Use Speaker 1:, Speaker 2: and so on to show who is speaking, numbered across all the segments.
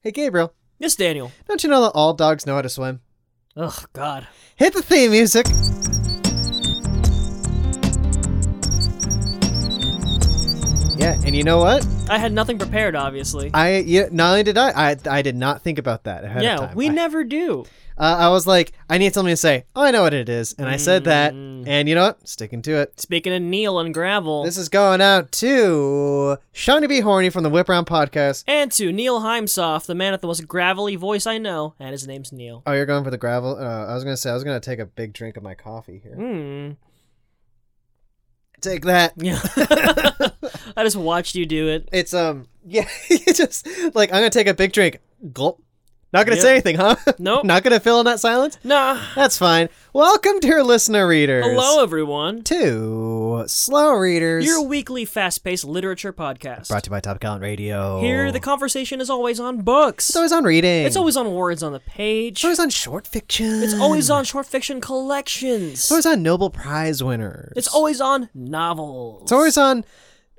Speaker 1: Hey, Gabriel,
Speaker 2: Yes, Daniel.
Speaker 1: don't you know that all dogs know how to swim?
Speaker 2: Oh God.
Speaker 1: Hit the theme music! Yeah, and you know what?
Speaker 2: I had nothing prepared, obviously.
Speaker 1: I yeah, not only did I, I I did not think about that ahead of
Speaker 2: yeah,
Speaker 1: time.
Speaker 2: we
Speaker 1: I,
Speaker 2: never do.
Speaker 1: uh, I was like, I need something to say. Oh, I know what it is, and I said that.
Speaker 2: Mm.
Speaker 1: And you know what? Sticking to it.
Speaker 2: Speaking of Neil and Gravel,
Speaker 1: This is going out to Shawnee B. Horny from the Whip Round Podcast.
Speaker 2: and to Neil Heimsoff, the man with the most gravelly voice I know, and his name's Neil.
Speaker 1: Oh, you're going for the gravel? Uh, I was gonna say I was gonna take a big drink of my coffee here.
Speaker 2: Hmm.
Speaker 1: Take that.
Speaker 2: Yeah. I just watched you do it.
Speaker 1: It's um yeah, it's just like I'm gonna take a big drink. Gulp. Not gonna
Speaker 2: Yep.
Speaker 1: say anything, huh?
Speaker 2: Nope.
Speaker 1: Not gonna fill in that silence.
Speaker 2: Nah.
Speaker 1: That's fine. Welcome, dear listener readers.
Speaker 2: Hello, everyone.
Speaker 1: To slow readers.
Speaker 2: Your weekly fast-paced literature podcast.
Speaker 1: brought to you by Top Gallant Radio.
Speaker 2: Here, the conversation is always on books.
Speaker 1: Oh. it's always on reading.
Speaker 2: It's always on words on the page.
Speaker 1: It's always on short fiction.
Speaker 2: It's always on short fiction collections.
Speaker 1: It's always on Nobel Prize winners.
Speaker 2: It's always on novels.
Speaker 1: It's always on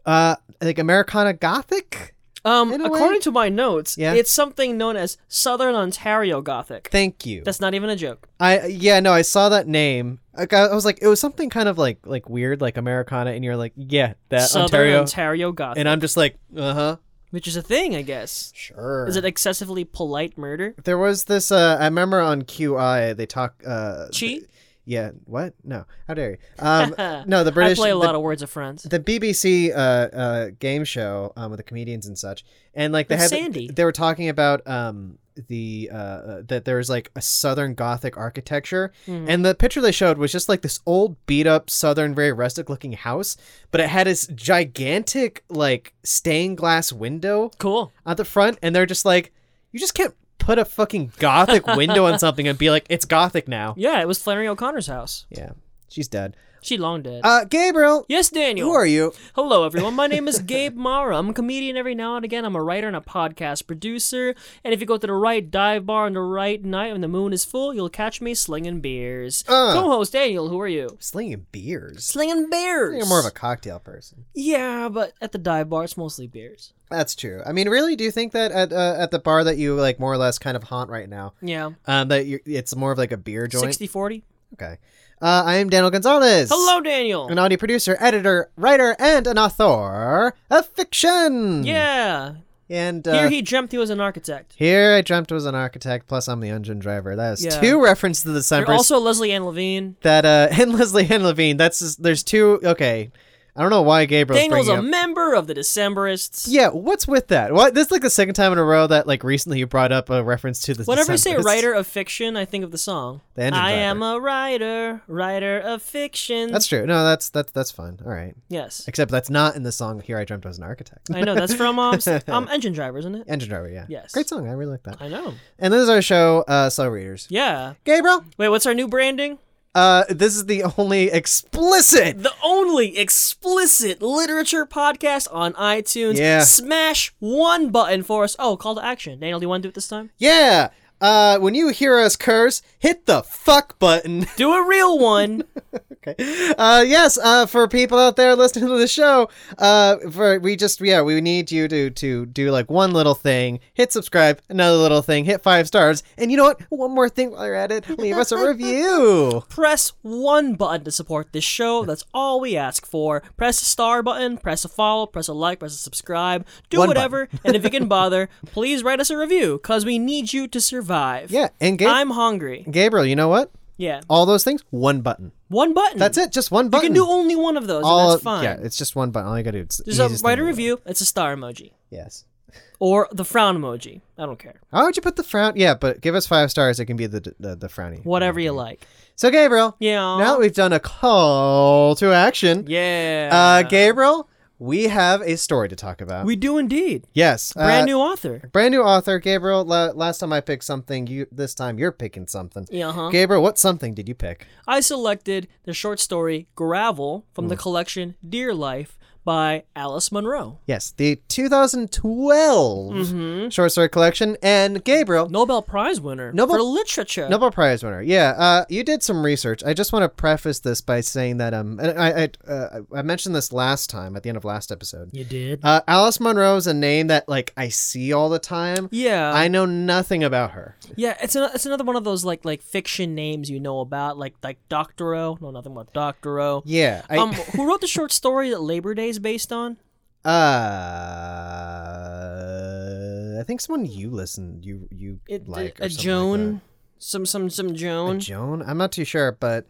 Speaker 1: uh like Americana Gothic.
Speaker 2: Um,
Speaker 1: In a
Speaker 2: according
Speaker 1: way?
Speaker 2: to my notes,
Speaker 1: Yeah.
Speaker 2: it's something known as Southern Ontario Gothic.
Speaker 1: Thank you.
Speaker 2: That's not even a joke.
Speaker 1: I yeah no I saw that name. Like, I, I was like it was something kind of like like weird like Americana and you're like yeah that
Speaker 2: Southern
Speaker 1: Uh, Ontario.
Speaker 2: Ontario, Gothic,
Speaker 1: and I'm just like uh huh
Speaker 2: which is a thing, I guess.
Speaker 1: sure.
Speaker 2: Is it excessively polite murder?
Speaker 1: there was this uh I remember on QI they talk uh
Speaker 2: Chi?
Speaker 1: yeah what no how dare you um no the British
Speaker 2: I play a
Speaker 1: the-
Speaker 2: lot of words of friends.
Speaker 1: the BBC uh, uh, game show um, with the comedians and such, and like they
Speaker 2: With
Speaker 1: had
Speaker 2: Sandy.
Speaker 1: they were talking about um, the uh, uh, that there was like a Southern Gothic architecture,
Speaker 2: Hmm.
Speaker 1: and the picture they showed was just like this old beat up Southern, very rustic looking house, but it had this gigantic like stained glass window
Speaker 2: Cool.
Speaker 1: at the front, and they're just like, you just can't put a fucking Gothic window on something and be like, it's Gothic now.
Speaker 2: Yeah, it was Flannery O'Connor's house.
Speaker 1: Yeah, she's dead.
Speaker 2: She long dead.
Speaker 1: Uh, Gabriel,
Speaker 2: yes, Daniel.
Speaker 1: who are you?
Speaker 2: Hello, everyone. My name is Gabe Mara. I'm a comedian every now and again. I'm a writer and a podcast producer. And if you go to the right dive bar on the right night when the moon is full, you'll catch me slinging beers.
Speaker 1: Uh.
Speaker 2: Co-host Daniel, who are you?
Speaker 1: Slinging beers.
Speaker 2: Slinging beers.
Speaker 1: You're more of a cocktail person.
Speaker 2: yeah, but at the dive bar, it's mostly beers.
Speaker 1: That's true. I mean, really, do you think that at uh, at the bar that you like more or less kind of haunt right now,
Speaker 2: Yeah,
Speaker 1: um, that you're, it's more of like a beer joint?
Speaker 2: 60-40.
Speaker 1: Okay. Uh, I am Daniel Gonzalez.
Speaker 2: Hello, Daniel.
Speaker 1: An audio producer, editor, writer, and an author of fiction.
Speaker 2: Yeah.
Speaker 1: And uh,
Speaker 2: Here he dreamt he was an architect.
Speaker 1: here I dreamt was an architect. Plus, I'm the engine driver. That is
Speaker 2: Yeah.
Speaker 1: two references to the
Speaker 2: You're
Speaker 1: Sunburst.
Speaker 2: also Leslie Ann Levine.
Speaker 1: that uh, and Leslie and Levine. That's just, there's two. Okay, I don't know why Gabriel's
Speaker 2: Daniel's
Speaker 1: bringing
Speaker 2: a
Speaker 1: up-
Speaker 2: member of the Decemberists.
Speaker 1: Yeah, what's with that? What this is like the second time in a row that like recently you brought up a reference to this.
Speaker 2: Whenever you say
Speaker 1: December.
Speaker 2: writer of fiction, I think of the song.
Speaker 1: The engine
Speaker 2: I am a writer, writer of fiction.
Speaker 1: that's true. No, that's that's that's fine. All right,
Speaker 2: yes.
Speaker 1: except that's not in the song "Here I Dreamt I Was an Architect."
Speaker 2: I know that's from um, s- um Engine Driver, isn't it?
Speaker 1: Engine Driver, yeah,
Speaker 2: Yes.
Speaker 1: great song. I really like that.
Speaker 2: I know.
Speaker 1: And this is our show, uh, Slow Readers.
Speaker 2: Yeah.
Speaker 1: Gabriel,
Speaker 2: Wait, what's our new branding?
Speaker 1: uh, this is the only explicit.
Speaker 2: The only explicit literature podcast on iTunes.
Speaker 1: Yeah.
Speaker 2: Smash one button for us. Oh, call to action. Daniel, do you want to do it this time?
Speaker 1: Yeah. Uh, when you hear us curse, hit the fuck button.
Speaker 2: Do a real one.
Speaker 1: okay. Uh, yes, uh, for people out there listening to the show, uh, for we just yeah, we need you to to do like one little thing, hit subscribe, another little thing, hit five stars, and you know what? One more thing while you're at it, leave us a review.
Speaker 2: press one button to support this show. That's all we ask for. Press a star button, press a follow, press a like, press a subscribe, do
Speaker 1: One
Speaker 2: whatever. and if you can bother, please write us a review because we need you to survive.
Speaker 1: Yeah, and Ga-
Speaker 2: I'm hungry.
Speaker 1: Gabriel, you know what?
Speaker 2: Yeah.
Speaker 1: All those things, one button.
Speaker 2: One button.
Speaker 1: That's it, just one
Speaker 2: You
Speaker 1: button.
Speaker 2: can do only one of those,
Speaker 1: all
Speaker 2: and that's fine.
Speaker 1: yeah, it's just one button. All you gotta do is
Speaker 2: Just a, write a review. It's a star emoji.
Speaker 1: Yes.
Speaker 2: Or the frown emoji. I don't care.
Speaker 1: How would you put the frown? Yeah, but give us five stars. It can be the the, the frowny.
Speaker 2: Whatever you like.
Speaker 1: So Gabriel,
Speaker 2: Yeah.
Speaker 1: now that we've done a call to action.
Speaker 2: yeah.
Speaker 1: Uh, Gabriel, we have a story to talk about.
Speaker 2: we do indeed.
Speaker 1: yes,
Speaker 2: Brand
Speaker 1: uh,
Speaker 2: new author.
Speaker 1: brand new author. Gabriel, la- last time I picked something, you this time you're picking something.
Speaker 2: Yeah, uh-huh. huh?
Speaker 1: Gabriel, what something did you pick? Mm.
Speaker 2: I selected the short story Gravel from the collection Dear Life by Alice Munro.
Speaker 1: Yes, the 2012
Speaker 2: Mm-hmm.
Speaker 1: short story collection, and Gabriel,
Speaker 2: Nobel Prize winner
Speaker 1: Nobel-
Speaker 2: for literature.
Speaker 1: Nobel Prize winner. Yeah, uh, you did some research. I just want to preface this by saying that um, and I I, uh, I mentioned this last time at the end of last episode.
Speaker 2: You did.
Speaker 1: Uh, Alice Munro is a name that like I see all the time.
Speaker 2: yeah.
Speaker 1: I know nothing about her.
Speaker 2: yeah, it's an, it's another one of those like like fiction names you know about, like like Doctorow. No, nothing about Doctorow.
Speaker 1: Yeah, I,
Speaker 2: Um, who wrote the short story that Labor Day is based on?
Speaker 1: uh, I think someone you listen you you
Speaker 2: It, uh,
Speaker 1: like or something
Speaker 2: a
Speaker 1: like
Speaker 2: Joan,
Speaker 1: that.
Speaker 2: some some some
Speaker 1: A
Speaker 2: Joan.
Speaker 1: Joan. I'm not too sure, but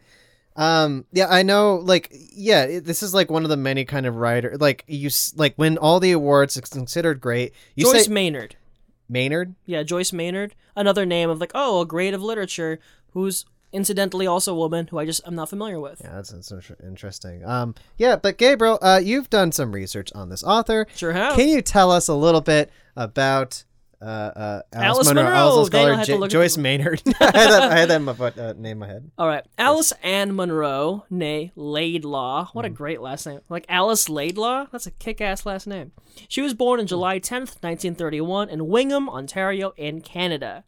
Speaker 1: um, yeah, I know. Like, yeah, it, this is like one of the many kind of writer. Like you, s- like when all the awards is considered great, you
Speaker 2: Joyce
Speaker 1: say
Speaker 2: Maynard.
Speaker 1: Maynard.
Speaker 2: Yeah, Joyce Maynard. Another name of like, oh, a grade of literature who's incidentally also a woman who I just I'm not familiar with.
Speaker 1: Yeah, that's, that's inter- interesting. Um, yeah, but Gabriel, uh, you've done some research on this author.
Speaker 2: Sure have.
Speaker 1: Can you tell us a little bit about uh, uh, Alice,
Speaker 2: Alice
Speaker 1: Munro,
Speaker 2: Munro.
Speaker 1: also
Speaker 2: Daniel
Speaker 1: scholar
Speaker 2: had to
Speaker 1: J-
Speaker 2: look at
Speaker 1: Joyce
Speaker 2: the-
Speaker 1: Maynard? I had that, I had that in my foot, uh, name in my head.
Speaker 2: All right, Alice Ann Monroe, nay Laidlaw.
Speaker 1: Hmm.
Speaker 2: What a great last name! Like Alice Laidlaw, that's a kick-ass last name. She was born
Speaker 1: Hmm.
Speaker 2: on July 10th, 1931, in Wingham, Ontario, in Canada.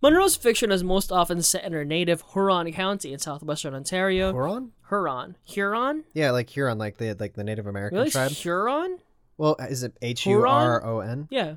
Speaker 2: Monroe's fiction is most often set in her native Huron County in southwestern Ontario.
Speaker 1: Huron?
Speaker 2: Huron, Huron,
Speaker 1: Yeah, like Huron, like the like the Native American
Speaker 2: really?
Speaker 1: tribe.
Speaker 2: Huron?
Speaker 1: Well, uh, is it H U R O N?
Speaker 2: Yeah.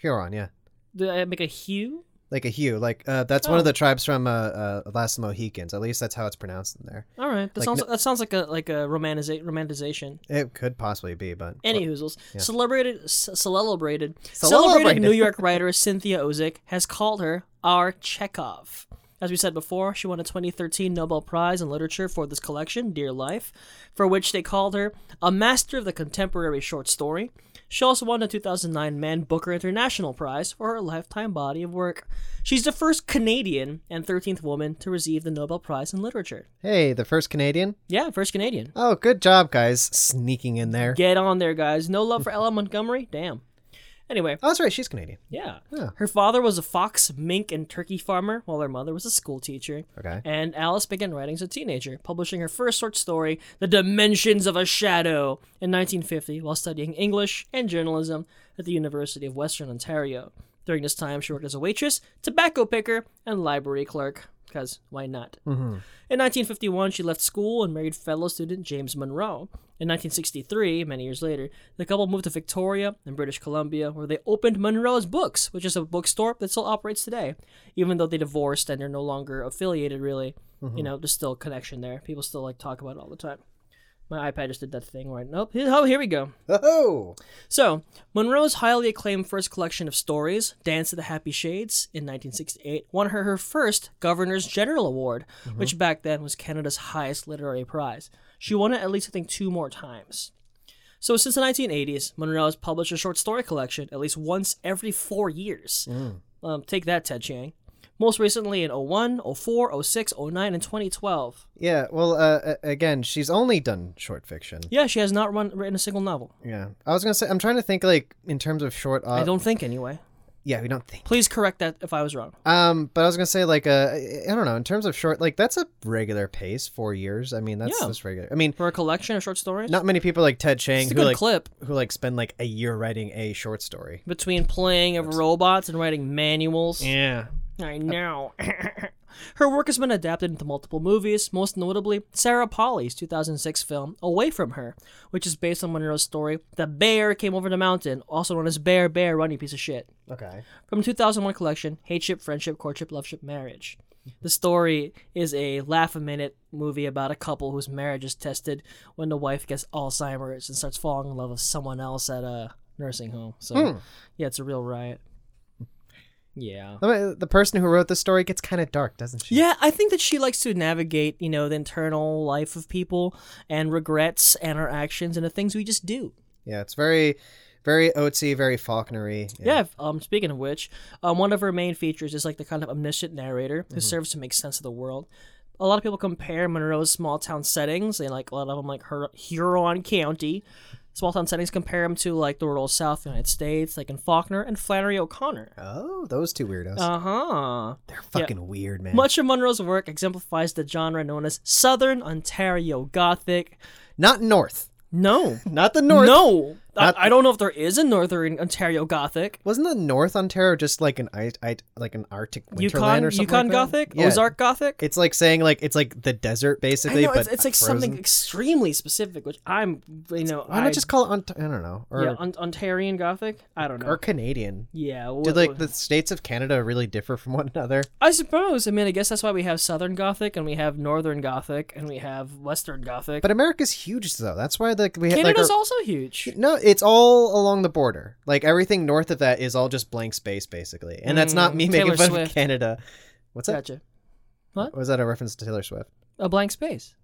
Speaker 1: Huron, yeah.
Speaker 2: Did I make a hue?
Speaker 1: like a hue. Like uh, that's one
Speaker 2: Oh.
Speaker 1: of the tribes from uh, uh, Last of the Mohicans. At least that's how it's pronounced in there.
Speaker 2: All right, that
Speaker 1: Like
Speaker 2: sounds
Speaker 1: no-
Speaker 2: that sounds like a like a romantiza- romanticization.
Speaker 1: It could possibly be, but
Speaker 2: Any hoozles. Celebrated, s- celebrated,
Speaker 1: Celebrated.
Speaker 2: celebrated New York writer Cynthia Ozick has called her our Chekhov. As we said before, she won a 2013 Nobel Prize in Literature for this collection, Dear Life, for which they called her a master of the contemporary short story. She also won the 2009 Man Booker International Prize for her lifetime body of work. She's the first Canadian and 13th woman to receive the Nobel Prize in Literature.
Speaker 1: hey, the first Canadian.
Speaker 2: Yeah, first Canadian.
Speaker 1: Oh, good job, guys, sneaking in there.
Speaker 2: Get on there, guys. No love for Ella Montgomery? Damn. Anyway,
Speaker 1: Oh, that's right, she's Canadian.
Speaker 2: yeah.
Speaker 1: Yeah.
Speaker 2: Her father was a fox, mink, and turkey farmer, while her mother was a school teacher.
Speaker 1: Okay.
Speaker 2: And Alice began writing as a teenager, publishing her first short story, The Dimensions of a Shadow, in 1950 while studying English and journalism at the University of Western Ontario. During this time, she worked as a waitress, tobacco picker, and library clerk, because why not? In 1951, she left school and married fellow student James Monroe. In 1963, many years later, the couple moved to Victoria in British Columbia, where they opened Monroe's Books, which is a bookstore that still operates today, even though they divorced and they're no longer affiliated, really. You know, there's still a connection there. People still like talk about it all the time. My iPad just did that thing right. Nope. Oh, here we go.
Speaker 1: Oh,
Speaker 2: So, Monroe's highly acclaimed first collection of stories, Dance of the Happy Shades, in 1968, won her her first Governor's General Award, which back then was Canada's highest literary prize. She won it at least, I think, two more times. So, since the 1980s, Monroe has published a short story collection at least once every four years. Um, take that, Ted Chiang. Most recently in 01, 04, 06, 09, and 2012.
Speaker 1: yeah. Well, uh, a- again, she's only done short fiction.
Speaker 2: Yeah, she has not run, written a single novel.
Speaker 1: Yeah, I was gonna say I'm trying to think like in terms of short. Uh,
Speaker 2: I don't think, anyway.
Speaker 1: Yeah, we don't think.
Speaker 2: Please correct that if I was wrong.
Speaker 1: Um, but I was gonna say like uh, I I don't know in terms of short like that's a regular pace. Four years. I mean that's
Speaker 2: Yeah.
Speaker 1: just regular. I mean
Speaker 2: For a collection of short stories?
Speaker 1: not many people like Ted Chang
Speaker 2: It's a
Speaker 1: who
Speaker 2: good
Speaker 1: like
Speaker 2: clip
Speaker 1: who like spend like a year writing a short story.
Speaker 2: between playing of robots and writing manuals.
Speaker 1: Yeah.
Speaker 2: I know. Her work has been adapted into multiple movies, most notably Sarah Polly's 2006 film Away From Her, which is based on Monroe's story The Bear Came Over the Mountain, also known as Bear Bear Runny Piece of Shit,
Speaker 1: Okay.
Speaker 2: from 2001 collection Hateship, Friendship, Courtship, Loveship, Marriage. The story is a laugh a minute movie about a couple whose marriage is tested when the wife gets Alzheimer's and starts falling in love with someone else at a nursing home. So, yeah, it's a real riot. Yeah.
Speaker 1: I mean, the person who wrote the story gets kind of dark, doesn't she?
Speaker 2: Yeah, I think that she likes to navigate, you know, the internal life of people and regrets and our actions and the things we just do.
Speaker 1: Yeah, it's very, very Oatsy, very Faulknery.
Speaker 2: Yeah. um, speaking of which, um, one of her main features is like the kind of omniscient narrator
Speaker 1: Mm-hmm.
Speaker 2: who serves to make sense of the world. A lot of people compare Monroe's small town settings, and like a lot of them, like her Huron County, small town settings compare him to like the rural South United States, like in Faulkner and Flannery O'Connor.
Speaker 1: Oh, those two weirdos.
Speaker 2: Uh huh.
Speaker 1: They're fucking weird, man.
Speaker 2: Much of Monroe's work exemplifies the genre known as Southern Ontario Gothic,
Speaker 1: Not North.
Speaker 2: No.
Speaker 1: Not the North.
Speaker 2: No.
Speaker 1: Not-
Speaker 2: I, I don't know if there is a Northern Ontario Gothic.
Speaker 1: Wasn't the North Ontario just like an I, I like an Arctic winterland
Speaker 2: Yukon,
Speaker 1: or something?
Speaker 2: Yukon
Speaker 1: like that?
Speaker 2: Gothic,
Speaker 1: Yeah.
Speaker 2: Ozark Gothic.
Speaker 1: It's like saying like it's like the desert
Speaker 2: I
Speaker 1: basically,
Speaker 2: know
Speaker 1: but
Speaker 2: it's, it's like
Speaker 1: frozen.
Speaker 2: something extremely specific, which I'm, you know,
Speaker 1: Why
Speaker 2: I
Speaker 1: not just call it Ont- I don't know or
Speaker 2: yeah, on- Ontarian Gothic. I don't know.
Speaker 1: or Canadian?
Speaker 2: yeah, wh-
Speaker 1: Did like
Speaker 2: wh-
Speaker 1: the states of Canada really differ from one another?
Speaker 2: I suppose. I mean, I guess that's why we have Southern Gothic and we have Northern Gothic and we have Western Gothic.
Speaker 1: But America's huge though. That's why like we had like
Speaker 2: Canada's
Speaker 1: our-
Speaker 2: also huge.
Speaker 1: no, it's all along the border. Like everything north of that is all just blank space basically, and that's not
Speaker 2: Mm,
Speaker 1: me making
Speaker 2: Taylor
Speaker 1: fun
Speaker 2: Swift.
Speaker 1: of Canada. What's that?
Speaker 2: Gotcha.
Speaker 1: Was that a reference to Taylor Swift?
Speaker 2: A blank space.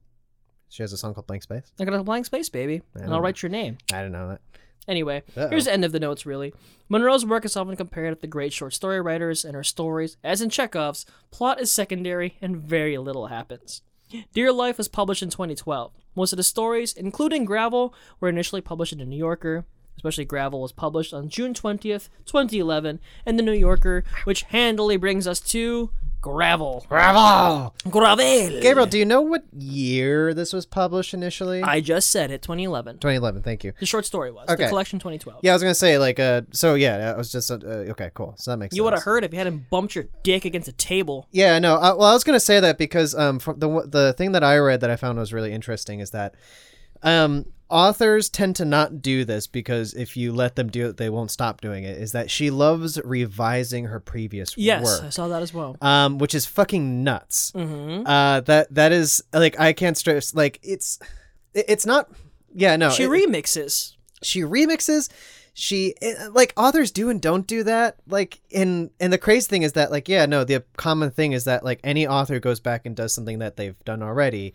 Speaker 1: She has a song called Blank Space.
Speaker 2: I got a blank space, baby, and I'll
Speaker 1: don't-
Speaker 2: write your name.
Speaker 1: I don't know that.
Speaker 2: Anyway,
Speaker 1: Uh-oh.
Speaker 2: here's the end of the notes, really. Monroe's work is often compared with the great short story writers, and her stories, as in Chekhov's, plot is secondary and very little happens. Dear Life was published in 2012. Most of the stories, including Gravel, were initially published in The New Yorker. Especially Gravel was published on June 20th, 2011, in The New Yorker, which handily brings us to Gravel.
Speaker 1: Bravo,
Speaker 2: Gravel!
Speaker 1: Gabriel. Do you know what year this was published initially?
Speaker 2: I just said it, 2011.
Speaker 1: 2011. Thank you.
Speaker 2: The short story was. The
Speaker 1: Okay.
Speaker 2: collection 2012.
Speaker 1: Yeah, I was gonna say like uh. So yeah, I was just uh, uh, okay. Cool. So that makes
Speaker 2: You
Speaker 1: sense.
Speaker 2: would have heard if you hadn't bumped your dick against a table.
Speaker 1: Yeah, no. Uh, well, I was gonna say that because um, from the one- the thing that I read that I found was really interesting is that um authors tend to not do this because if you let them do it, they won't stop doing it. Is that she loves revising her previous
Speaker 2: Yes,
Speaker 1: work.
Speaker 2: I saw that as well.
Speaker 1: um, which is fucking nuts.
Speaker 2: Mhm.
Speaker 1: Uh, that that is like I can't stress like it's it- it's not yeah no
Speaker 2: She
Speaker 1: Uh, it-
Speaker 2: remixes.
Speaker 1: she remixes she it- like authors do and don't do that like and and the crazy thing is that like yeah no the common thing is that like any author goes back and does something that they've done already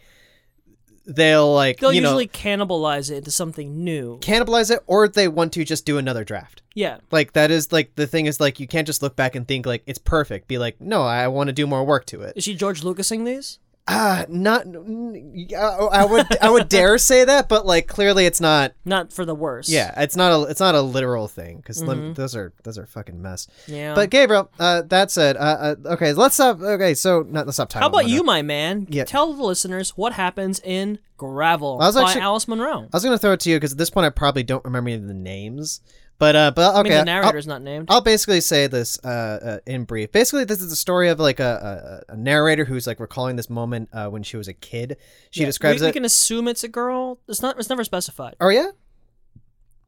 Speaker 1: they'll like
Speaker 2: They'll
Speaker 1: you know
Speaker 2: usually cannibalize it into something new.
Speaker 1: cannibalize it or they want to just do another draft
Speaker 2: Yeah.
Speaker 1: like that is like the thing is like you can't just look back and think like it's perfect be like no i want to do more work to it
Speaker 2: Is she George Lucasing these?
Speaker 1: ah not mm, i I would i would dare say that but like clearly it's not
Speaker 2: Not for the worse.
Speaker 1: Yeah, it's not a it's not a literal thing because
Speaker 2: Mm-hmm.
Speaker 1: those are those are fucking mess.
Speaker 2: Yeah.
Speaker 1: But Gabriel, uh, that said, uh, uh, okay, let's stop. Okay, so not let's stop talking.
Speaker 2: how about
Speaker 1: Monroe.
Speaker 2: you, my man?
Speaker 1: Yeah.
Speaker 2: Tell the listeners what happens in Gravel
Speaker 1: I was
Speaker 2: by
Speaker 1: actually-
Speaker 2: Alice Monroe.
Speaker 1: I was gonna throw it to you because at this point I probably don't remember any of the names. But uh, but
Speaker 2: I
Speaker 1: okay,
Speaker 2: mean, the
Speaker 1: I'll-
Speaker 2: narrator's not named.
Speaker 1: I'll basically say this uh, uh, in brief. Basically, this is the story of like a, a, a narrator who's like recalling this moment uh, when she was a kid. She describes
Speaker 2: we,
Speaker 1: it.
Speaker 2: we can assume it's a girl. It's not. It's never specified.
Speaker 1: Oh yeah,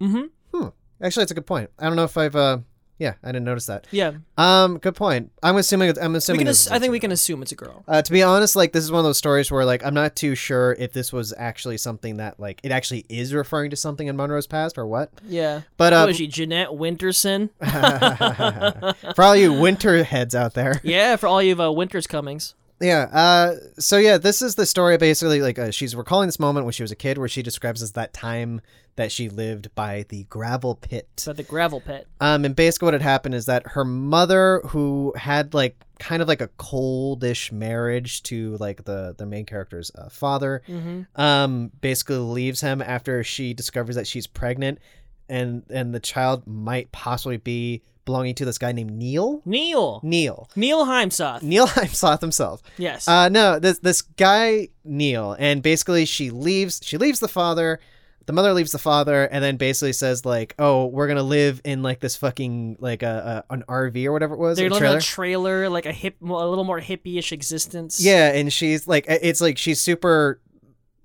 Speaker 1: Hmm.
Speaker 2: Mm-hmm.
Speaker 1: actually, it's a good point. I don't know if I've. Uh, yeah, I didn't notice that.
Speaker 2: Yeah.
Speaker 1: Um, good point. I'm assuming. I'm
Speaker 2: We
Speaker 1: assuming.
Speaker 2: can.
Speaker 1: this
Speaker 2: Ass-
Speaker 1: is
Speaker 2: I think
Speaker 1: a-
Speaker 2: we can assume it's a girl.
Speaker 1: Uh, to be honest, like this is one of those stories where like I'm not too sure if this was actually something that like it actually is referring to something in Monroe's past or what.
Speaker 2: Yeah.
Speaker 1: But
Speaker 2: Who
Speaker 1: um,
Speaker 2: is she? Jeanette Winterson.
Speaker 1: for all you winter heads out there,
Speaker 2: yeah. For all you uh, Winters Cummings.
Speaker 1: yeah. Uh, so yeah, this is the story basically. Like uh, she's recalling this moment when she was a kid, where she describes as that time that she lived by the gravel pit.
Speaker 2: But the gravel pit.
Speaker 1: Um, and basically, what had happened is that her mother, who had like kind of like a coldish marriage to like the the main character's uh, father,
Speaker 2: Mhm.
Speaker 1: um, basically leaves him after she discovers that she's pregnant, and and the child might possibly be belonging to this guy named Neil.
Speaker 2: Neil.
Speaker 1: Neil.
Speaker 2: Neil Heimsoth.
Speaker 1: Neil Heimsoth himself.
Speaker 2: Yes.
Speaker 1: Uh, no, this this guy Neil, and basically she leaves. She leaves the father. The mother leaves the father, and then basically says like, "Oh, we're gonna live in like this fucking like a, a an RV or whatever it was,
Speaker 2: They're
Speaker 1: a
Speaker 2: living
Speaker 1: trailer."
Speaker 2: in a trailer, like a hip, a little more hippie-ish existence.
Speaker 1: yeah, and she's like, it's like she's super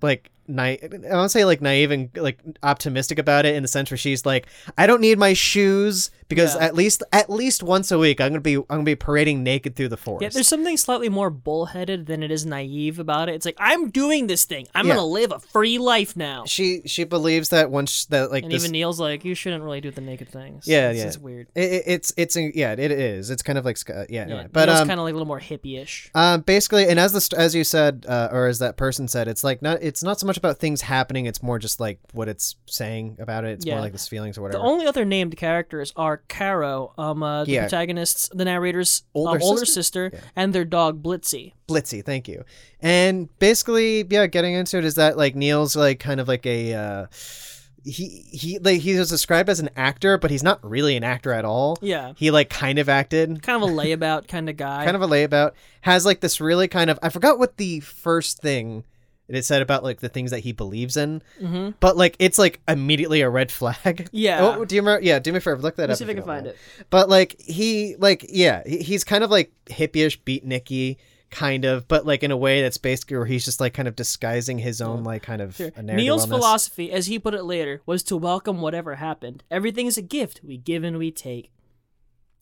Speaker 1: like naive. I won't say like naive and like optimistic about it in the sense where she's like, "I don't need my shoes because
Speaker 2: Yeah.
Speaker 1: at least at least once a week I'm gonna be I'm gonna be parading naked through the forest."
Speaker 2: Yeah, there's something slightly more bullheaded than it is naive about it. It's like I'm doing this thing. I'm
Speaker 1: Yeah.
Speaker 2: gonna live a free life now.
Speaker 1: she she believes that once that like
Speaker 2: And
Speaker 1: this,
Speaker 2: even Neil's like, you shouldn't really do the naked things.
Speaker 1: Yeah,
Speaker 2: it's,
Speaker 1: yeah.
Speaker 2: It's weird.
Speaker 1: It, it, it's it's uh, yeah it is it's kind of like Sc- uh, yeah, anyway.
Speaker 2: Yeah,
Speaker 1: but
Speaker 2: Neil's
Speaker 1: um,
Speaker 2: kind of like a little more hippie-ish.
Speaker 1: um basically and as the st- as you said uh, or as that person said it's like not it's not so much about things happening it's more just like what it's saying about it it's
Speaker 2: Yeah.
Speaker 1: more like this feelings or
Speaker 2: The
Speaker 1: whatever
Speaker 2: only other named characters are Caro, um, uh, the
Speaker 1: Yeah.
Speaker 2: protagonists, the narrator's uh,
Speaker 1: Older
Speaker 2: older sister,
Speaker 1: sister?
Speaker 2: and their dog Blitzy.
Speaker 1: Blitzy thank you and basically yeah getting into it is that like Neil's like kind of like a uh, he he like he was described as an actor but he's not really an actor at all
Speaker 2: Yeah,
Speaker 1: he like kind of acted
Speaker 2: kind of a layabout kind of guy.
Speaker 1: kind of a layabout has like this really kind of I forgot what the first thing and it said about like the things that he believes in,
Speaker 2: Mm-hmm.
Speaker 1: but like it's like immediately a red flag.
Speaker 2: Yeah.
Speaker 1: Oh, do you remember? Yeah, do me a favor, look that
Speaker 2: Let me
Speaker 1: up.
Speaker 2: see if
Speaker 1: if
Speaker 2: I
Speaker 1: you
Speaker 2: can
Speaker 1: don't
Speaker 2: find
Speaker 1: mind.
Speaker 2: it.
Speaker 1: But like he, like yeah, he- he's kind of like hippie-ish, beatniky kind of, but like in a way that's basically where he's just like kind of disguising his own like kind of
Speaker 2: Sure.
Speaker 1: a narrative
Speaker 2: Neil's
Speaker 1: on this.
Speaker 2: philosophy, as he put it later, was to welcome whatever happened. Everything is a gift. We give and we take.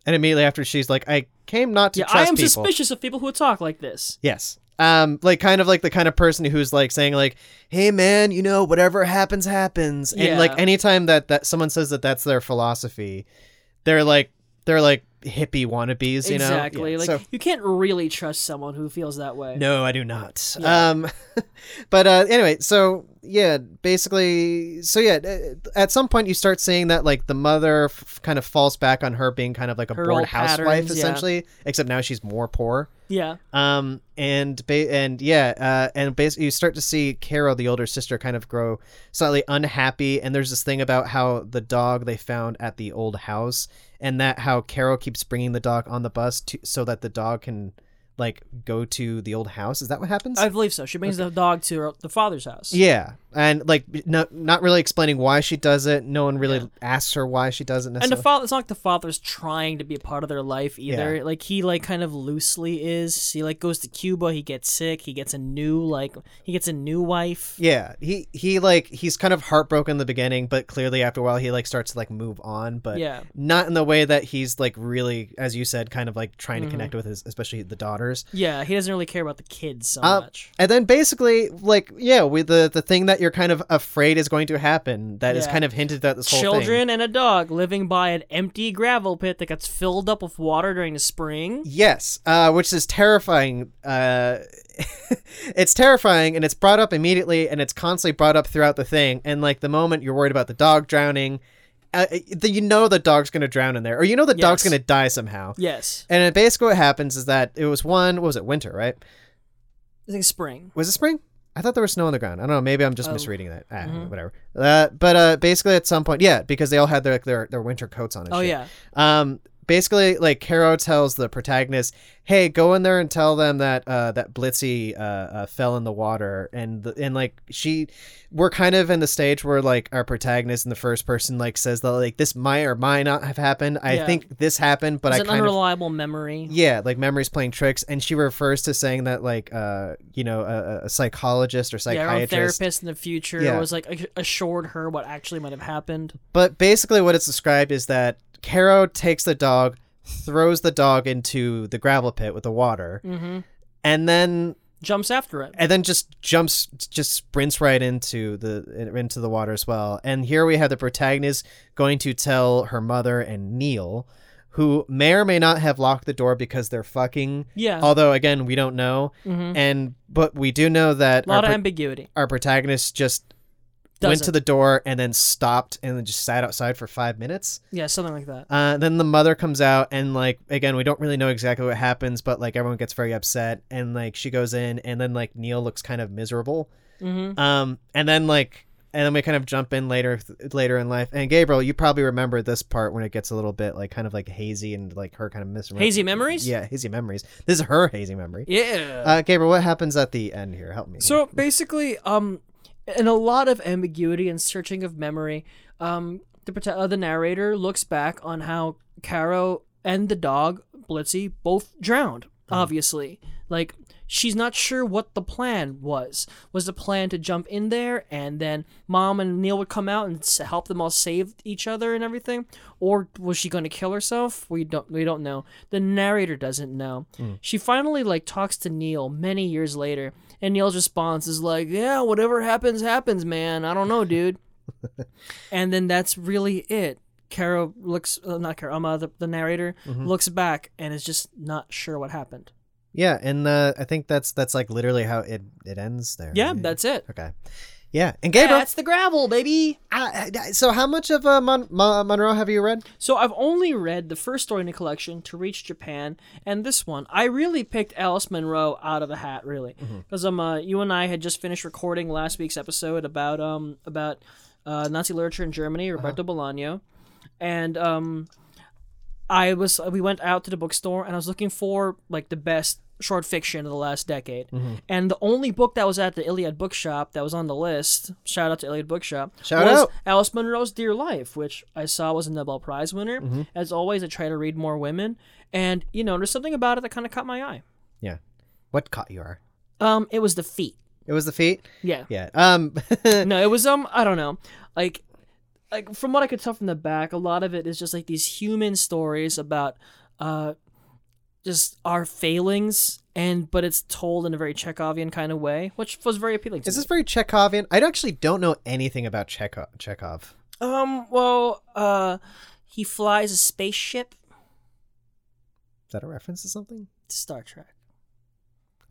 Speaker 1: And immediately after, she's like, "I came not to
Speaker 2: yeah,
Speaker 1: trust
Speaker 2: I am
Speaker 1: people."
Speaker 2: suspicious of people who talk like this.
Speaker 1: Yes. Um, like kind of like the kind of person who's like saying like, "Hey man, you know whatever happens happens," and
Speaker 2: Yeah.
Speaker 1: like anytime that that someone says that that's their philosophy, they're like they're like hippie wannabes, you know?
Speaker 2: exactly.
Speaker 1: Yeah,
Speaker 2: like
Speaker 1: so-
Speaker 2: you can't really trust someone who feels that way.
Speaker 1: no, I do not.
Speaker 2: Yeah.
Speaker 1: Um, but uh, anyway, so yeah, basically, so yeah, uh, at some point you start seeing that like the mother f- kind of falls back on her being kind of like a
Speaker 2: Her
Speaker 1: bored
Speaker 2: old
Speaker 1: housewife
Speaker 2: patterns, yeah.
Speaker 1: essentially, except now she's more poor.
Speaker 2: Yeah.
Speaker 1: Um and ba- and yeah uh and basically you start to see Carol the older sister kind of grow slightly unhappy and there's this thing about how the dog they found at the old house and that how Carol keeps bringing the dog on the bus to, so that the dog can like go to the old house is that what happens
Speaker 2: I believe so. She brings the dog to her, the father's house.
Speaker 1: Yeah and like no, not really explaining why she does it no one really asks her why she does it
Speaker 2: And the
Speaker 1: necessarily
Speaker 2: father, it's not like the father's trying to be a part of their life either. Like he, like kind of loosely is. He like goes to Cuba. He gets sick. He gets a new like he gets a new wife.
Speaker 1: Yeah, he he like he's kind of heartbroken in the beginning, but clearly after a while he like starts to like move on, but
Speaker 2: Yeah.
Speaker 1: not in the way that he's like really, as you said, kind of like trying
Speaker 2: Mhm.
Speaker 1: to connect with his, especially the daughters.
Speaker 2: Yeah, he doesn't really care about the kids so
Speaker 1: Uh,
Speaker 2: much.
Speaker 1: And then basically, like yeah, with the the thing that you're kind of afraid is going to happen, that is
Speaker 2: Yeah.
Speaker 1: kind of hinted at this whole thing.
Speaker 2: Children and a dog living by an empty gravel pit that gets filled up with water during the spring.
Speaker 1: Yes, uh, which is terrifying. Uh, it's terrifying, and it's brought up immediately, and it's constantly brought up throughout the thing. And like the moment you're worried about the dog drowning, uh, the, you know the dog's gonna drown in there, or you know the dog's
Speaker 2: Yes.
Speaker 1: gonna die somehow.
Speaker 2: Yes,
Speaker 1: And then basically, what happens is that it was one. What was it? Winter, right?
Speaker 2: I think spring.
Speaker 1: Was it spring? I thought there was snow on the ground. I don't know. Maybe I'm just
Speaker 2: Oh.
Speaker 1: misreading that. Ah,
Speaker 2: Mhm.
Speaker 1: Whatever. Uh, but uh, basically, at some point, yeah, because they all had their like, their, their winter coats on. And
Speaker 2: Oh
Speaker 1: shit.
Speaker 2: yeah,
Speaker 1: Um, basically, like Caro tells the protagonist, "Hey, go in there and tell them that uh, that Blitzy uh, uh, fell in the water." And the, and like she, we're kind of in the stage where like our protagonist and the first person like says that like this might or might not have happened. I
Speaker 2: Yeah.
Speaker 1: think this happened, but
Speaker 2: it's
Speaker 1: I
Speaker 2: an
Speaker 1: kind of
Speaker 2: unreliable memory.
Speaker 1: yeah, like memory's playing tricks. And she refers to saying that like uh, you know a, a- a psychologist or
Speaker 2: yeah, our own
Speaker 1: psychiatrist
Speaker 2: therapist in the future
Speaker 1: Yeah.
Speaker 2: was like a- assured her what actually might have happened.
Speaker 1: But basically, what it's described is that Caro takes the dog, throws the dog into the gravel pit with the water,
Speaker 2: Mm-hmm.
Speaker 1: and then
Speaker 2: Jumps after it.
Speaker 1: and then just jumps, just sprints right into the into the water as well. And here we have the protagonist going to tell her mother and Neil, who may or may not have locked the door because they're fucking.
Speaker 2: Yeah,
Speaker 1: Although again, we don't know,
Speaker 2: Mhm.
Speaker 1: and but we do know that
Speaker 2: a lot
Speaker 1: our,
Speaker 2: of
Speaker 1: pro-
Speaker 2: ambiguity.
Speaker 1: our protagonist just went
Speaker 2: Doesn't.
Speaker 1: to the door and then stopped and then just sat outside for five minutes.
Speaker 2: yeah, something like that.
Speaker 1: Uh, then the mother comes out and like again we don't really know exactly what happens but like everyone gets very upset and like she goes in and then like Neil looks kind of miserable
Speaker 2: Mm-hmm.
Speaker 1: um and then like and then we kind of jump in later later in life and Gabriel you probably remember this part when it gets a little bit like kind of like hazy and like her kind of miserable
Speaker 2: Hazy memories.
Speaker 1: yeah hazy memories this is her hazy memory
Speaker 2: Yeah.
Speaker 1: uh Gabriel what happens at the end here help me
Speaker 2: So basically, um, in a lot of ambiguity and searching of memory, um, the prota- uh, the narrator looks back on how Caro and the dog Blitzy both drowned. Obviously, like she's not sure what the plan was. Was the plan to jump in there and then Mom and Neil would come out and s- help them all save each other and everything, or was she going to kill herself? We don't we don't know. The narrator doesn't know. She finally like talks to Neil many years later, and Neil's response is like, "Yeah, whatever happens, happens, man. I don't know, dude." and then that's really it. Caro looks, uh, not Caro, um, uh, the, the narrator looks back and is just not sure what happened.
Speaker 1: yeah and uh, I think that's that's like literally how it it ends there
Speaker 2: Yeah,
Speaker 1: right?
Speaker 2: that's it.
Speaker 1: okay yeah and Gabriel
Speaker 2: That's the gravel, baby.
Speaker 1: Uh, so how much of uh, Mon- Mon- Monroe have you read?
Speaker 2: So I've only read the first story in the collection, To Reach Japan, and this one. I really picked Alice Monroe out of the hat, really, because um, uh, you and I had just finished recording last week's episode about um about uh, Nazi literature in Germany, Roberto Bolaño, and um, I was we went out to the bookstore and I was looking for like the best short fiction of the last decade.
Speaker 1: Mm-hmm.
Speaker 2: And the only book that was at the Iliad bookshop that was on the list, shout out to Iliad bookshop,
Speaker 1: Shout
Speaker 2: was
Speaker 1: out.
Speaker 2: Alice Munro's Dear Life, which I saw was a Nobel Prize winner.
Speaker 1: Mm-hmm.
Speaker 2: As always, I try to read more women and you know, there's something about it that kind of caught my eye.
Speaker 1: Yeah. What caught you are?
Speaker 2: Um it was the feet.
Speaker 1: It was the feet.
Speaker 2: Yeah.
Speaker 1: Yeah. Um.
Speaker 2: no, it was um I don't know. Like like from what I could tell from the back, a lot of it is just like these human stories about uh just our failings and but it's told in a very Chekhovian kind of way, which was very appealing to
Speaker 1: is
Speaker 2: me.
Speaker 1: this very Chekhovian? I actually don't know anything about Chekhov. Chekhov.
Speaker 2: um well uh he flies a spaceship
Speaker 1: Is that a reference to something?
Speaker 2: to Star Trek.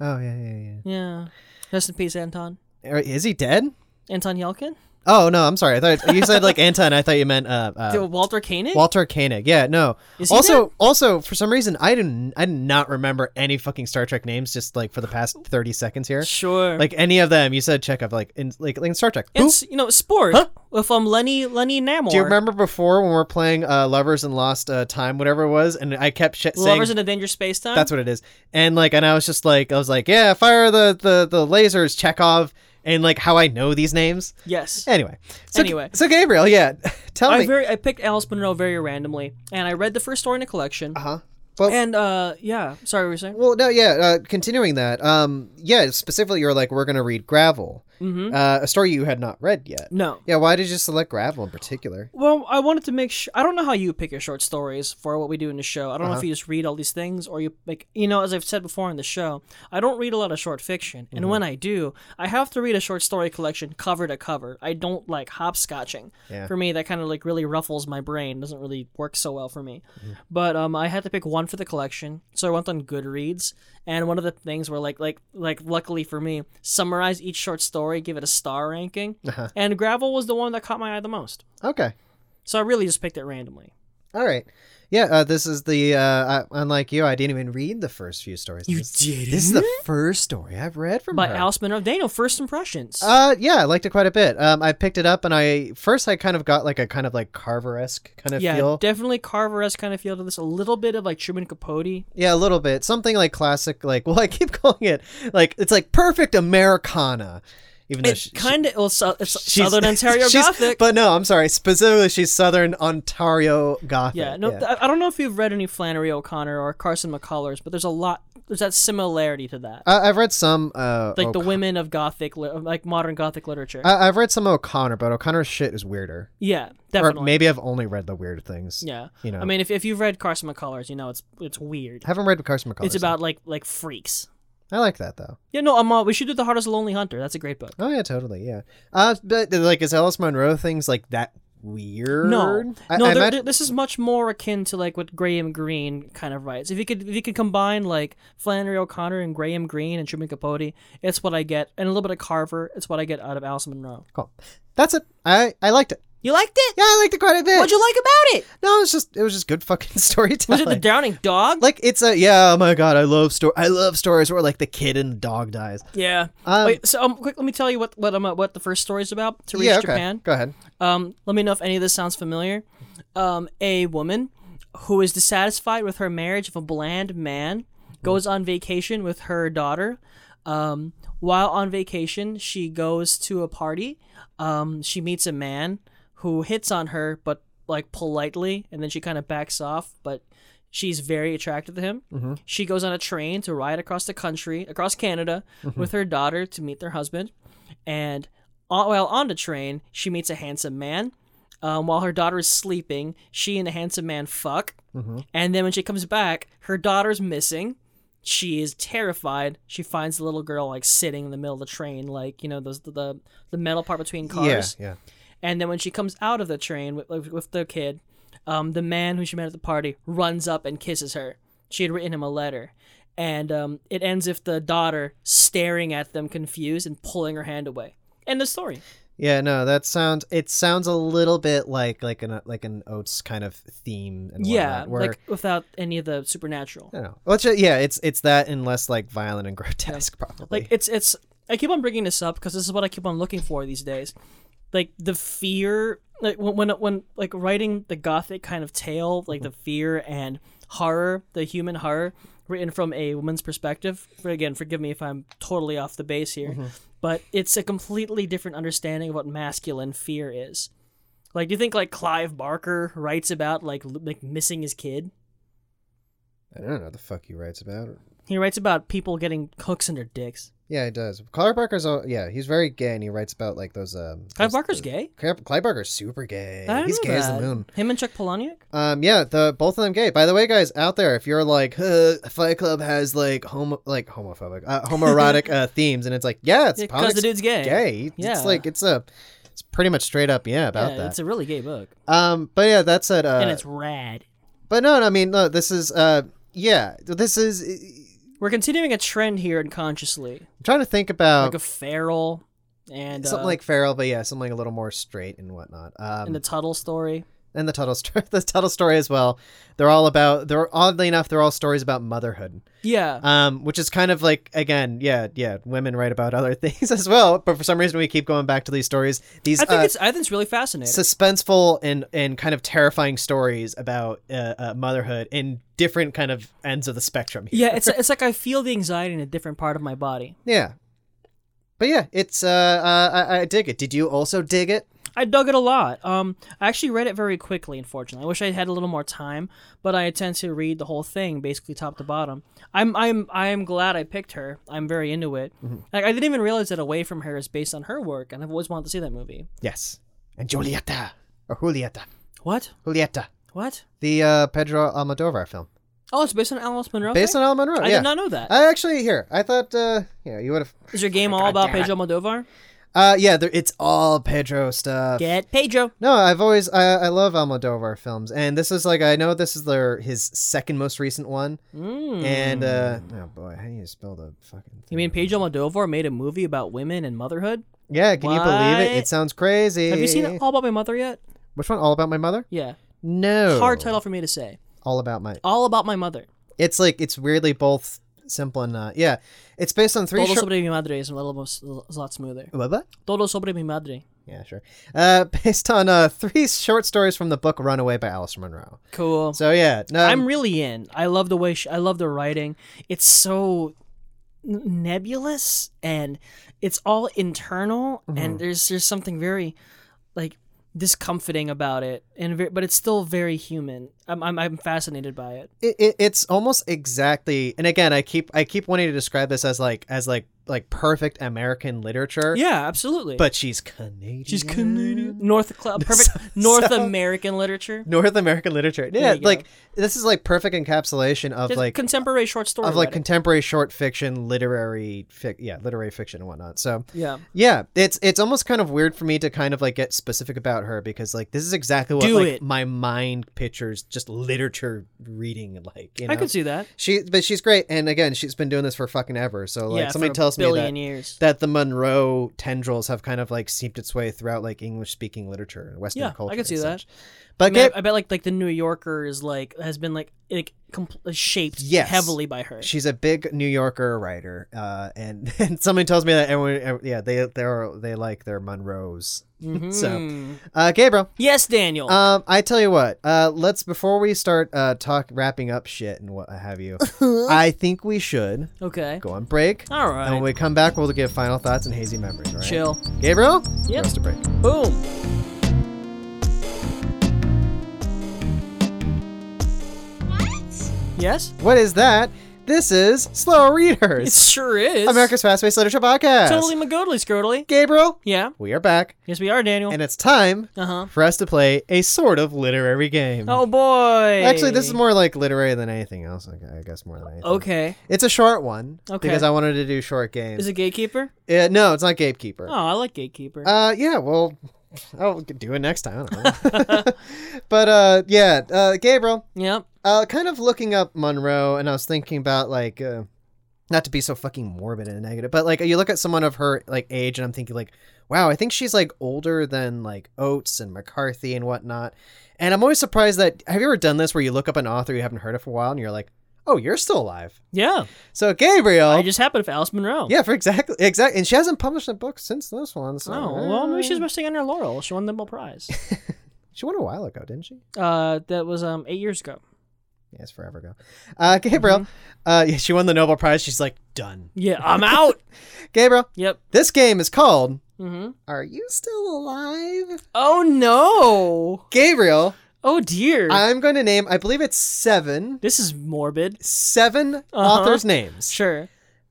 Speaker 1: Oh yeah, yeah, yeah.
Speaker 2: Yeah. Rest in peace, Anton.
Speaker 1: Or Is he dead?
Speaker 2: Anton Yelkin?
Speaker 1: Oh no, I'm sorry. I thought you said like Anton. I thought you meant uh, uh
Speaker 2: Walter Koenig?
Speaker 1: Walter Koenig. Yeah, no.
Speaker 2: Is he
Speaker 1: Also, also for some reason, I didn't, I did not remember any fucking Star Trek names. Just like for the past thirty seconds here,
Speaker 2: sure.
Speaker 1: like any of them. You said Chekhov, like in like, like in Star Trek. Who-
Speaker 2: it's you know, sport with um Lenny Lenny Namor.
Speaker 1: Do you remember before when we were playing uh, Lovers and Lost uh, Time, whatever it was, and I kept sh- saying
Speaker 2: Lovers in a Dangerous Space Time?
Speaker 1: that's what it is, and like, and I was just like, I was like, yeah, fire the the the lasers, Chekhov, and like how I know these names.
Speaker 2: yes.
Speaker 1: Anyway, so,
Speaker 2: Anyway.
Speaker 1: so Gabriel, yeah, tell
Speaker 2: I
Speaker 1: me.
Speaker 2: very I picked Alice Munro very randomly, and I read the first story in the collection.
Speaker 1: uh huh. Well,
Speaker 2: And uh, yeah, sorry, what were you saying?
Speaker 1: Well, no, yeah. Uh, continuing that, um, yeah. Specifically, you're like, we're gonna read Gravel, mm-hmm. uh, a story you had not read yet.
Speaker 2: No.
Speaker 1: Yeah, why did you select Gravel in particular?
Speaker 2: Well, I wanted to make sure. I don't know how you pick your short stories for what we do in the show. I don't know if you just read all these things or you like. You know, as I've said before in the show, I don't read a lot of short fiction, and when I do, I have to read a short story collection cover to cover. I don't like hopscotching.
Speaker 1: Yeah.
Speaker 2: For me, that kind of like really ruffles my brain. Doesn't really work so well for me. But um, I had to pick one for the collection, so I went on Goodreads, and one of the things were like like like luckily for me, summarize each short story, give it a star ranking, and Gravel was the one that caught my eye the most.
Speaker 1: Okay,
Speaker 2: So I really just picked it randomly.
Speaker 1: all right. Yeah, uh, this is the uh, I, unlike you, I didn't even read the first few stories.
Speaker 2: You
Speaker 1: this, This is the first story I've read from
Speaker 2: By
Speaker 1: her.
Speaker 2: Alice Munro Daniel, first impressions.
Speaker 1: Uh, yeah, I liked it quite a bit. Um, I picked it up and I first I kind of got like a kind of like Carver esque kind of
Speaker 2: yeah,
Speaker 1: feel.
Speaker 2: definitely Carver esque kind of feel to this. A little bit of like Truman Capote.
Speaker 1: Yeah, a little bit. Something like classic, like well, I keep calling it like it's like perfect Americana, even though
Speaker 2: It
Speaker 1: she-
Speaker 2: kind of well, so, it's
Speaker 1: she's-
Speaker 2: Southern Ontario
Speaker 1: she's-
Speaker 2: Gothic.
Speaker 1: But no, I'm sorry. Specifically, she's Southern Ontario Gothic.
Speaker 2: yeah, no, th- I don't know if you've read any Flannery O'Connor or Carson McCullers, but there's a lot. There's that similarity to that,
Speaker 1: I- I've read some. Uh,
Speaker 2: like the
Speaker 1: O'Con-
Speaker 2: women of Gothic, li- like modern Gothic literature.
Speaker 1: I- I've read some O'Connor, but O'Connor's shit is weirder.
Speaker 2: yeah,
Speaker 1: Uh, Or
Speaker 2: definitely.
Speaker 1: maybe I've only read the weird things.
Speaker 2: yeah,
Speaker 1: you know.
Speaker 2: I mean, if, if you've read Carson McCullers, you know it's it's weird.
Speaker 1: haven't read Carson McCullers.
Speaker 2: It's about like like freaks.
Speaker 1: I like that though.
Speaker 2: Yeah, no, I'm. Uh, we should do the Heart is a Lonely Hunter. That's a great book.
Speaker 1: Oh yeah, totally. Yeah. Uh, but like, is Alice Monroe things like that weird?
Speaker 2: No,
Speaker 1: I,
Speaker 2: no,
Speaker 1: I
Speaker 2: they're-
Speaker 1: imagine-
Speaker 2: they're- this is much more akin to like what Graham Greene kind of writes. If you could, if you could combine like Flannery O'Connor and Graham Greene and Truman Capote, it's what I get, and a little bit of Carver. It's what I get out of Alice Munro.
Speaker 1: Cool. That's it. I I liked it.
Speaker 2: You liked it?
Speaker 1: Yeah, I liked it quite a bit.
Speaker 2: What'd you like about it?
Speaker 1: No, it was just it was just good fucking
Speaker 2: Was
Speaker 1: storytelling.
Speaker 2: it the Drowning Dog?
Speaker 1: like it's a yeah, oh my god, I love story. I love stories where like the kid and the dog dies.
Speaker 2: yeah.
Speaker 1: Um,
Speaker 2: Wait, so um, quick, let me tell you what what um, uh, what the first story is about to reach
Speaker 1: yeah, okay.
Speaker 2: Japan.
Speaker 1: Go ahead.
Speaker 2: Um, let me know if any of this sounds familiar. Um, a woman who is dissatisfied with her marriage of a bland man goes on vacation with her daughter. Um, while on vacation, she goes to a party. Um, she meets a man who hits on her, but like politely, and then she kind of backs off. But she's very attracted to him. She goes on a train to ride across the country, across Canada, with her daughter to meet their husband. And on, while on the train, she meets a handsome man. Um, while her daughter is sleeping, she and the handsome man fuck. And then when she comes back, her daughter's missing. She is terrified. She finds the little girl like sitting in the middle of the train, like you know those the the metal part between cars.
Speaker 1: Yeah, yeah.
Speaker 2: And then when she comes out of the train with, with, with the kid, um, the man who she met at the party runs up and kisses her. She had written him a letter. And um, it ends with the daughter staring at them confused and pulling her hand away. End of story.
Speaker 1: Yeah, no, that sounds it sounds a little bit like like an like an Oates kind of theme and
Speaker 2: yeah,
Speaker 1: whatnot, where,
Speaker 2: like without any of the supernatural.
Speaker 1: I don't know. Let's ju- yeah, it's it's that and less like violent and grotesque probably.
Speaker 2: Like it's it's I keep on bringing this up because this is what I keep on looking for these days. Like the fear like when, when when like writing the gothic kind of tale like the fear and horror the human horror written from a woman's perspective for, again forgive me if i'm totally off the base here but it's a completely different understanding of what masculine fear is like do you think like clive barker writes about like l- like missing his kid
Speaker 1: I don't know what the fuck he writes about.
Speaker 2: he writes about people getting hooks in their dicks
Speaker 1: Yeah, he does. Clive Barker's all, yeah, he's very gay, and he writes about like those um.
Speaker 2: clive
Speaker 1: those-
Speaker 2: barker's
Speaker 1: those-
Speaker 2: gay
Speaker 1: Clive, Clive Barker's super gay.
Speaker 2: I didn't
Speaker 1: He's
Speaker 2: know
Speaker 1: gay as
Speaker 2: that.
Speaker 1: the moon.
Speaker 2: him and chuck palahniuk
Speaker 1: Um, yeah, the both of them gay. By the way, guys out there, if you're like uh, Fight Club has like homo like homophobic uh, homoerotic uh, themes, and it's like yeah, it's
Speaker 2: because the
Speaker 1: probably
Speaker 2: dude's gay
Speaker 1: gay.
Speaker 2: Yeah.
Speaker 1: It's like it's a it's pretty much straight up yeah about
Speaker 2: yeah,
Speaker 1: that.
Speaker 2: it's a really gay book
Speaker 1: Um, but yeah, that said, uh,
Speaker 2: and it's rad
Speaker 1: but no, no, I mean, no, this is uh, yeah, this is. I'm
Speaker 2: We're continuing a trend here unconsciously,
Speaker 1: trying to think about
Speaker 2: like a feral and
Speaker 1: Oh. something
Speaker 2: uh,
Speaker 1: like feral, but yeah, something a little more straight and whatnot. Um,
Speaker 2: and the Tuttle story.
Speaker 1: and the Tuttle story, the Tuttle story as well. They're all about. They're oddly enough, they're all stories about motherhood,
Speaker 2: Yeah,
Speaker 1: um, which is kind of like again, yeah, yeah, women write about other things as well. But for some reason, we keep going back to these stories. These
Speaker 2: I think
Speaker 1: uh,
Speaker 2: it's I think it's really fascinating.
Speaker 1: suspenseful and and kind of terrifying stories about uh, uh, motherhood in different kind of ends of the spectrum. Here.
Speaker 2: yeah, it's it's like I feel the anxiety in a different part of my body.
Speaker 1: Yeah. But yeah, it's uh, uh I, I dig it. Did you also dig it?
Speaker 2: I dug it a lot. Um, I actually read it very quickly. Unfortunately, I wish I had a little more time, but I tend to read the whole thing, basically top to bottom. I'm I'm I'm glad I picked her. I'm very into it.
Speaker 1: Mm-hmm.
Speaker 2: Like I didn't even realize that Away from Her is based on her work, and I've always wanted to see that movie.
Speaker 1: Yes. And Julieta or Julieta,
Speaker 2: What?
Speaker 1: Julieta,
Speaker 2: What?
Speaker 1: the uh, Pedro Almodovar film,
Speaker 2: Oh, it's based on Alice Monroe.
Speaker 1: based on Al Monroe.
Speaker 2: I
Speaker 1: yeah.
Speaker 2: did not know that.
Speaker 1: I actually here. I thought uh, yeah, you would have.
Speaker 2: Is your game all about Pedro Moldovar?
Speaker 1: Uh, yeah, there, it's all Pedro stuff.
Speaker 2: Get Pedro.
Speaker 1: No, I've always I, I love Almodovar films, and this is like I know this is their his second most recent one,
Speaker 2: Mm.
Speaker 1: and uh, oh boy, how do you spell the fucking? Thing?
Speaker 2: You mean Pedro Moldovar made a movie about women and motherhood?
Speaker 1: Yeah, can you believe it?
Speaker 2: What?
Speaker 1: It sounds crazy.
Speaker 2: Have you seen All About My Mother yet?
Speaker 1: Which one? All about my mother?
Speaker 2: Yeah.
Speaker 1: No.
Speaker 2: Hard title for me to say.
Speaker 1: All about my.
Speaker 2: All About My Mother.
Speaker 1: It's like it's weirdly both simple and not. Yeah, it's based on three
Speaker 2: Todo
Speaker 1: short.
Speaker 2: sobre mi madre is a little mo- is a lot smoother.
Speaker 1: What, what?
Speaker 2: Todo sobre mi madre.
Speaker 1: Yeah, sure. Uh, based on uh three short stories from the book Runaway by Alice Munro.
Speaker 2: Cool.
Speaker 1: So yeah, no,
Speaker 2: I'm really in. I love the way she, I love the writing. It's so n- nebulous and it's all internal
Speaker 1: Mm-hmm.
Speaker 2: and there's there's something very like discomforting about it and very, but it's still very human. I'm I'm, I'm fascinated by it.
Speaker 1: it, it, it's almost exactly. And again, I keep I keep wanting to describe this as like as like like perfect American literature.
Speaker 2: Yeah, absolutely.
Speaker 1: But she's Canadian.
Speaker 2: she's Canadian. North Cl- perfect North
Speaker 1: so-
Speaker 2: American literature.
Speaker 1: North American literature. Yeah,
Speaker 2: you go.
Speaker 1: like this is like perfect encapsulation of
Speaker 2: Just
Speaker 1: like
Speaker 2: contemporary short story.
Speaker 1: of like
Speaker 2: writing.
Speaker 1: contemporary short fiction, literary fic, yeah, literary fiction and whatnot. So
Speaker 2: yeah.
Speaker 1: yeah, it's it's almost kind of weird for me to kind of like get specific about her because like this is exactly what
Speaker 2: Do
Speaker 1: like
Speaker 2: it.
Speaker 1: my mind pictures just literature reading like. You know?
Speaker 2: I could see that.
Speaker 1: She, but she's great, and again, she's been doing this for fucking ever. So like,
Speaker 2: yeah,
Speaker 1: somebody
Speaker 2: for a
Speaker 1: tells me
Speaker 2: billion
Speaker 1: that
Speaker 2: years.
Speaker 1: that the Monroe tendrils have kind of like seeped its way throughout like English speaking literature and Western
Speaker 2: Yeah, I
Speaker 1: culture.
Speaker 2: could see
Speaker 1: and
Speaker 2: that.
Speaker 1: such. But
Speaker 2: I, mean,
Speaker 1: get,
Speaker 2: I, I bet like like the New Yorker is like has been like like compl- shaped
Speaker 1: Yes.
Speaker 2: heavily by her.
Speaker 1: she's a big New Yorker writer, uh, and and somebody tells me that everyone, yeah, they they are they like their Monroes.
Speaker 2: Mhm.
Speaker 1: Uh, Gabriel,
Speaker 2: yes, Daniel.
Speaker 1: um, I tell you what, uh, let's before we start uh talk wrapping up shit and what have you, I think we should
Speaker 2: okay,
Speaker 1: go on break.
Speaker 2: all
Speaker 1: And when
Speaker 2: right,
Speaker 1: we come back, we'll give final thoughts and hazy memories. All right,
Speaker 2: chill.
Speaker 1: Gabriel,
Speaker 2: Yep.
Speaker 1: goes to break.
Speaker 2: Boom. Yes,
Speaker 1: What is that? This is Slow Readers,
Speaker 2: it sure is.
Speaker 1: America's Fast Paced Literature Podcast.
Speaker 2: totally magodly scrodly.
Speaker 1: Gabriel,
Speaker 2: Yeah,
Speaker 1: we are back,
Speaker 2: yes we are, Daniel.
Speaker 1: and Mm-hmm. it's time
Speaker 2: Uh huh.
Speaker 1: for us to play a sort of literary game.
Speaker 2: Oh boy.
Speaker 1: Actually, this is more like literary than anything else. I gu- I guess more than anything.
Speaker 2: Okay.
Speaker 1: It's a short one
Speaker 2: Okay.
Speaker 1: because I wanted to do short games.
Speaker 2: Is it gatekeeper?
Speaker 1: Uh, no, it's not Gatekeeper.
Speaker 2: Oh, I like gatekeeper.
Speaker 1: Uh, yeah. Well, I'll do it next time. I don't know. but uh, yeah, uh, Gabriel.
Speaker 2: yep.
Speaker 1: Uh, kind of looking up Monroe, and I was thinking about like, uh, not to be so fucking morbid and negative, but like you look at someone of her like age, and I'm thinking like, wow, I think she's like older than like Oates and McCarthy and whatnot. And I'm always surprised that have you ever done this where you look up an author you haven't heard of for a while, and you're like, oh, you're still alive.
Speaker 2: Yeah.
Speaker 1: So Gabriel,
Speaker 2: It just happened with Alice Monroe.
Speaker 1: yeah, for exactly, exactly, and she hasn't published a book since this one. So
Speaker 2: Oh, well, maybe she's
Speaker 1: eh.
Speaker 2: resting on her laurel. She won the Nobel Prize.
Speaker 1: she won a while ago, didn't she?
Speaker 2: uh, that was um eight years ago.
Speaker 1: Yeah, it's forever ago. Uh, Gabriel,
Speaker 2: Mm-hmm.
Speaker 1: uh, yeah, she won the Nobel Prize. She's like done.
Speaker 2: Yeah, I'm out.
Speaker 1: Gabriel,
Speaker 2: yep.
Speaker 1: this game is called
Speaker 2: Mm-hmm.
Speaker 1: "Are You Still Alive?"
Speaker 2: Oh no.
Speaker 1: Gabriel,
Speaker 2: Oh dear.
Speaker 1: I'm going to name. I believe it's seven,
Speaker 2: this is morbid.
Speaker 1: seven
Speaker 2: Uh-huh.
Speaker 1: authors' names.
Speaker 2: Sure.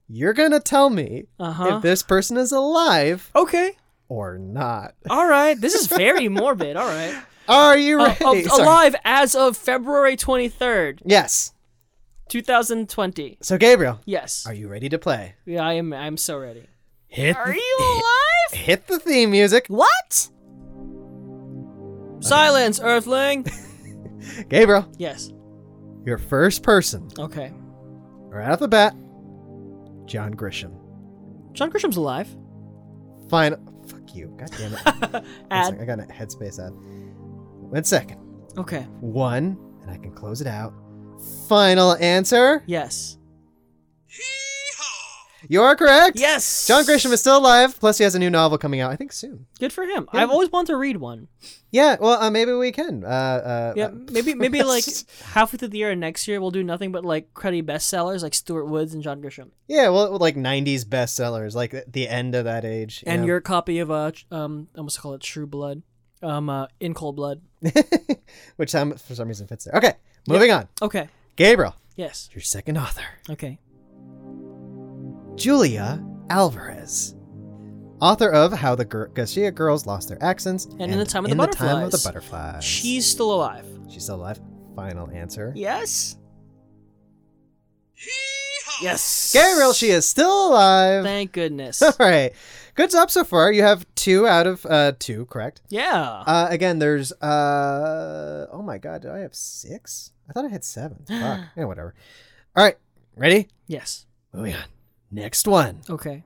Speaker 1: You're gonna tell me
Speaker 2: Uh huh.
Speaker 1: if this person is alive
Speaker 2: Okay.
Speaker 1: or not.
Speaker 2: All right. This is very morbid. All right.
Speaker 1: Are you
Speaker 2: Uh,
Speaker 1: ready?
Speaker 2: uh,
Speaker 1: Sorry.
Speaker 2: alive as of February 23rd,
Speaker 1: Yes.
Speaker 2: 2020.
Speaker 1: So Gabriel,
Speaker 2: Yes.
Speaker 1: are you ready to play?
Speaker 2: Yeah, I am. I'm so ready.
Speaker 1: Hit
Speaker 2: Are you alive?
Speaker 1: hit the theme music.
Speaker 2: What? Silence, Earthling.
Speaker 1: Gabriel,
Speaker 2: yes.
Speaker 1: your first person
Speaker 2: Okay.
Speaker 1: right off the bat, John Grisham.
Speaker 2: John Grisham's alive.
Speaker 1: Fine. Fuck you. God damn it. One sec,
Speaker 2: Ad.
Speaker 1: I got a headspace ad. One second.
Speaker 2: Okay.
Speaker 1: One, and I can close it out. Final answer.
Speaker 2: Yes.
Speaker 1: You're correct.
Speaker 2: Yes.
Speaker 1: John Grisham is still alive. Plus, he has a new novel coming out, I think, soon.
Speaker 2: good for him.
Speaker 1: Yeah.
Speaker 2: I've always wanted to read one.
Speaker 1: Yeah. Well, uh, maybe we can. Uh, uh,
Speaker 2: Yeah,
Speaker 1: uh,
Speaker 2: maybe maybe like halfway through the year and next year we'll do nothing but like cruddy bestsellers like Stuart Woods and John Grisham.
Speaker 1: Yeah, well, like '90s bestsellers, like at the end of that age. you
Speaker 2: And
Speaker 1: know?
Speaker 2: your copy of uh tr- um I almost call it True Blood, um uh, In Cold Blood.
Speaker 1: which some for some reason fits there. Okay, moving on.
Speaker 2: Okay.
Speaker 1: Gabriel,
Speaker 2: Yes.
Speaker 1: your second author,
Speaker 2: Okay.
Speaker 1: Julia Alvarez, author of How the Gr- Garcia Girls Lost Their Accents
Speaker 2: And In the Time of the
Speaker 1: Time of the
Speaker 2: Butterflies.
Speaker 1: Butterflies.
Speaker 2: She's still alive.
Speaker 1: she's still alive. Final answer.
Speaker 2: Yes. Yes.
Speaker 1: Gabriel, she is still alive.
Speaker 2: Thank goodness.
Speaker 1: All right, good job so far. You have two out of uh, two correct.
Speaker 2: yeah.
Speaker 1: Uh, again, there's uh oh my god, did I have six? I thought I had seven. Fuck. yeah, whatever. All right, ready?
Speaker 2: yes.
Speaker 1: Moving on. Next one,
Speaker 2: Okay.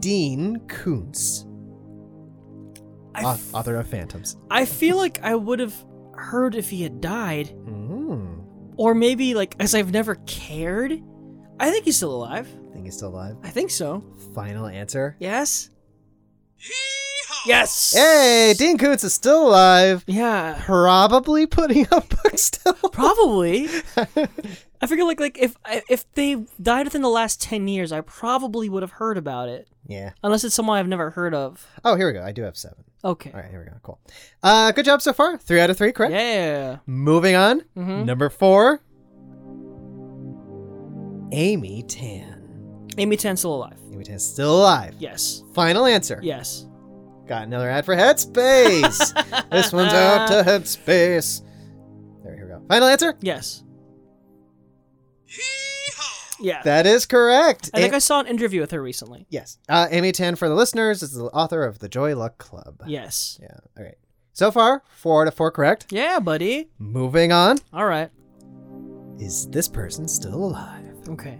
Speaker 1: Dean Koontz,
Speaker 2: I,
Speaker 1: au-
Speaker 2: f-
Speaker 1: author of Phantoms.
Speaker 2: I feel like I would have heard if he had died,
Speaker 1: Mm,
Speaker 2: or maybe like as I've never cared. I think he's still alive.
Speaker 1: think he's still alive.
Speaker 2: I think so.
Speaker 1: Final answer.
Speaker 2: Yes. Yes.
Speaker 1: Hey, Dean Koontz is still alive.
Speaker 2: Yeah.
Speaker 1: Probably putting out books still.
Speaker 2: Probably. I figure like like if I- if they died within the last ten years, I probably would have heard about it,
Speaker 1: yeah.
Speaker 2: unless it's someone I've never heard of.
Speaker 1: Oh, here we go. I do have seven.
Speaker 2: Okay.
Speaker 1: All right, here we go. Cool. Uh, good job so far. Three out of three, correct?
Speaker 2: Yeah.
Speaker 1: Moving on.
Speaker 2: Mhm.
Speaker 1: Number four, Amy Tan.
Speaker 2: Amy Tan's still alive.
Speaker 1: Amy Tan's still alive.
Speaker 2: Yes.
Speaker 1: Final answer.
Speaker 2: Yes.
Speaker 1: Got another ad for Headspace. this one's out to Headspace. There, here we go. Final answer.
Speaker 2: Yes. Yeah.
Speaker 1: That is correct.
Speaker 2: I think
Speaker 1: A-
Speaker 2: I saw an interview with her recently.
Speaker 1: yes. Uh, Amy Tan, for the listeners, is the author of The Joy Luck Club.
Speaker 2: Yes.
Speaker 1: Yeah. All right. So far, four out of four correct.
Speaker 2: Yeah, buddy.
Speaker 1: Moving on.
Speaker 2: All right.
Speaker 1: Is this person still alive?
Speaker 2: Okay.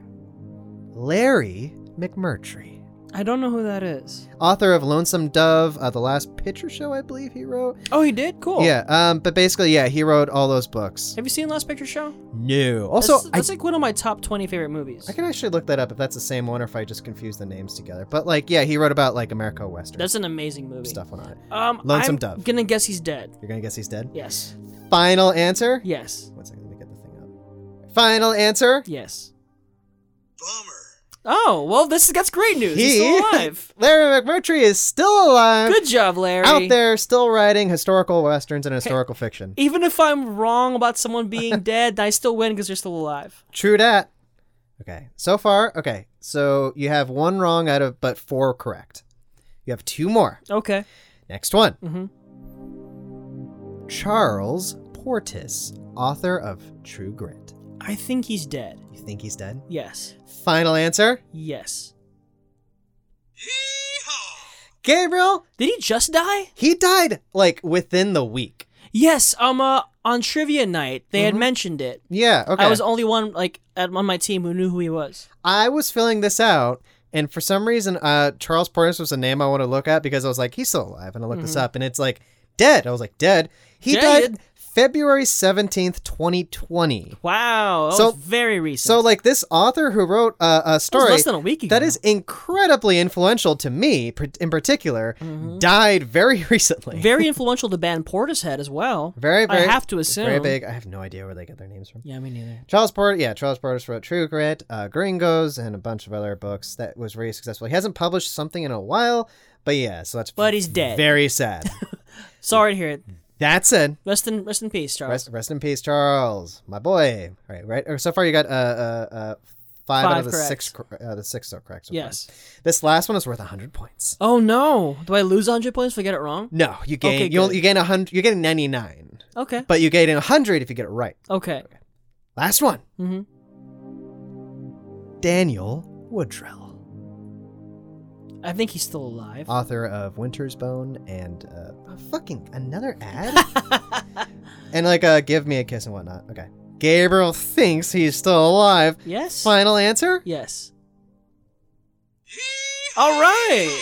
Speaker 1: Larry McMurtry.
Speaker 2: I don't know who that is.
Speaker 1: author of Lonesome Dove, uh, the last picture show I believe he wrote.
Speaker 2: Oh, he did. Cool.
Speaker 1: Yeah, um, but basically, yeah, he wrote all those books.
Speaker 2: Have you seen Last Picture Show?
Speaker 1: No. Also,
Speaker 2: that's, that's like one of my top twenty favorite movies.
Speaker 1: I, I can actually look that up if that's the same one or if I just confuse the names together. But like, yeah, he wrote about like America Western
Speaker 2: That's an amazing movie.
Speaker 1: stuff on it.
Speaker 2: Um,
Speaker 1: Lonesome
Speaker 2: I'm
Speaker 1: Dove.
Speaker 2: gonna guess he's dead.
Speaker 1: You're gonna guess he's dead.
Speaker 2: Yes.
Speaker 1: Final answer.
Speaker 2: Yes.
Speaker 1: One second, let me get the thing up. Final answer.
Speaker 2: Yes. Bummer. Oh well, this that's great news.
Speaker 1: He-
Speaker 2: He's still alive.
Speaker 1: Larry McMurtry is still alive.
Speaker 2: Good job, Larry.
Speaker 1: Out there, still writing historical westerns and historical fiction.
Speaker 2: Even if I'm wrong about someone being dead, I still win because you're still alive.
Speaker 1: True that. Okay. So far, okay. So you have one wrong out of but four correct. You have two more.
Speaker 2: Okay.
Speaker 1: Next one.
Speaker 2: Mhm.
Speaker 1: Charles Portis, author of True Grit.
Speaker 2: I think he's dead.
Speaker 1: You think he's dead?
Speaker 2: Yes.
Speaker 1: Final answer.
Speaker 2: Yes.
Speaker 1: Gabriel,
Speaker 2: Did he just die?
Speaker 1: he died like within the week.
Speaker 2: Yes. Um. Uh, on trivia night, they had
Speaker 1: Mhm.
Speaker 2: mentioned it.
Speaker 1: Yeah, okay.
Speaker 2: I was the only one like at, on my team who knew who he was.
Speaker 1: I was filling this out, and for some reason, uh, Charles Portis was a name I want to look at because I was like, he's still alive, and I looked this up, and it's like dead. I was like, dead. He
Speaker 2: Mm-hmm. Dead.
Speaker 1: died February 17th, 2020.
Speaker 2: Wow. That
Speaker 1: So-
Speaker 2: was very recent.
Speaker 1: So, like, this author who wrote uh, a
Speaker 2: that was
Speaker 1: story
Speaker 2: less than a week ago.
Speaker 1: that is incredibly influential to me, pr- in particular, died very recently.
Speaker 2: Mm-hmm. very influential to band Portishead as well.
Speaker 1: Very, very,
Speaker 2: I have to assume.
Speaker 1: very big. I have no idea where they get their names from.
Speaker 2: Yeah, me neither.
Speaker 1: Charles Porter, yeah, Charles Portis wrote True Grit, uh, Gringos, and a bunch of other books that was very successful. He hasn't published something in a while, but yeah, so that's
Speaker 2: But he's dead.
Speaker 1: very sad.
Speaker 2: Sorry to hear it.
Speaker 1: That's it.
Speaker 2: Rest in rest in peace, Charles.
Speaker 1: Rest, rest in peace, Charles, my boy. All right, right. or So far, you got uh, uh, uh five, out
Speaker 2: Five
Speaker 1: of the
Speaker 2: correct.
Speaker 1: six, cor- uh, the six are correct. So far.
Speaker 2: yes.
Speaker 1: This last one is worth hundred points.
Speaker 2: Oh no. Do I lose 100 points if I get it wrong?
Speaker 1: No, you gain.
Speaker 2: Okay,
Speaker 1: you'll,
Speaker 2: good.
Speaker 1: you gain hundred. You gain ninety nine,
Speaker 2: Okay.
Speaker 1: but you gain hundred if you get it right.
Speaker 2: Okay.
Speaker 1: Last one.
Speaker 2: Mhm.
Speaker 1: Daniel Woodrell.
Speaker 2: I think he's still alive.
Speaker 1: author of Winter's Bone and uh, oh, fucking another ad and like uh, Give Me a Kiss and whatnot. Okay, Gabriel thinks he's still alive.
Speaker 2: yes.
Speaker 1: Final answer:
Speaker 2: Yes. All right.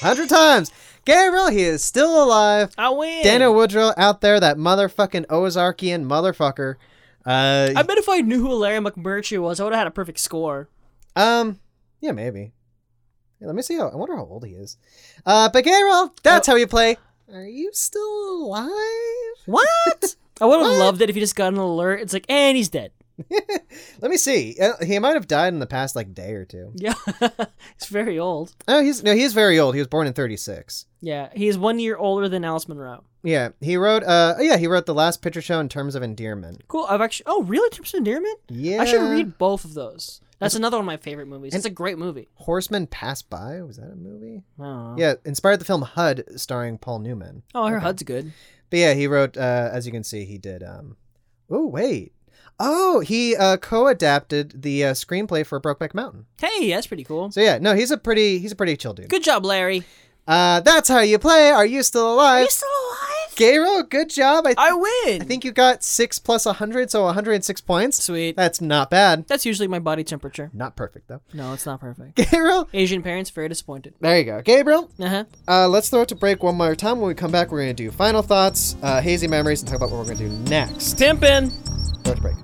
Speaker 1: hundred times. Gabriel, he is still alive.
Speaker 2: I win.
Speaker 1: Daniel Woodrow out there, that motherfucking Ozarkian motherfucker.
Speaker 2: I
Speaker 1: Uh,
Speaker 2: bet if I knew who Larry McMurtry was, I would have had a perfect score.
Speaker 1: um, yeah, maybe. Yeah, let me see. How, I wonder how old he is. Uh, but Gabriel, that's how you play. Are you still alive?
Speaker 2: What? I would have
Speaker 1: What?
Speaker 2: loved it if you just got an alert. It's like, and he's dead.
Speaker 1: Let me see. Uh, he might have died in the past like day or two.
Speaker 2: Yeah. he's very old.
Speaker 1: Oh, he's no, he's very old. He was born in '36.
Speaker 2: Yeah. He is one year older than Alice Monroe.
Speaker 1: Yeah, he wrote. Uh, yeah, he wrote the last picture show in terms of endearment.
Speaker 2: Cool. I've actually. Oh, really? Trips of Endearment?
Speaker 1: Yeah,
Speaker 2: I should read both of those. That's another one of my favorite movies. It's a great movie.
Speaker 1: Horseman Passed By. Was that a movie?
Speaker 2: I don't know.
Speaker 1: Yeah, inspired the film HUD, starring Paul Newman.
Speaker 2: Oh, her HUD's good.
Speaker 1: But yeah, he wrote. Uh, as you can see, he did. Um, oh wait, oh he uh, co-adapted the uh, screenplay for Brokeback Mountain.
Speaker 2: Hey, that's pretty cool.
Speaker 1: So yeah, no, he's a pretty he's a pretty chill dude.
Speaker 2: Good job, Larry.
Speaker 1: Uh, that's how you play. Are you still
Speaker 2: Are you
Speaker 1: alive?
Speaker 2: still alive?
Speaker 1: Gabriel, good job. I,
Speaker 2: I win.
Speaker 1: I think you got six plus hundred, so 106 points.
Speaker 2: Sweet.
Speaker 1: That's not bad.
Speaker 2: That's usually my body temperature.
Speaker 1: Not perfect though.
Speaker 2: No, it's not perfect.
Speaker 1: Gabriel.
Speaker 2: Asian parents very disappointed.
Speaker 1: There you go, Gabriel.
Speaker 2: Uh huh.
Speaker 1: Uh, let's throw it to break one more time. When we come back, we're gonna do final thoughts, uh, hazy memories, and talk about what we're gonna do next.
Speaker 2: Pimpin'.
Speaker 1: Throw it to break.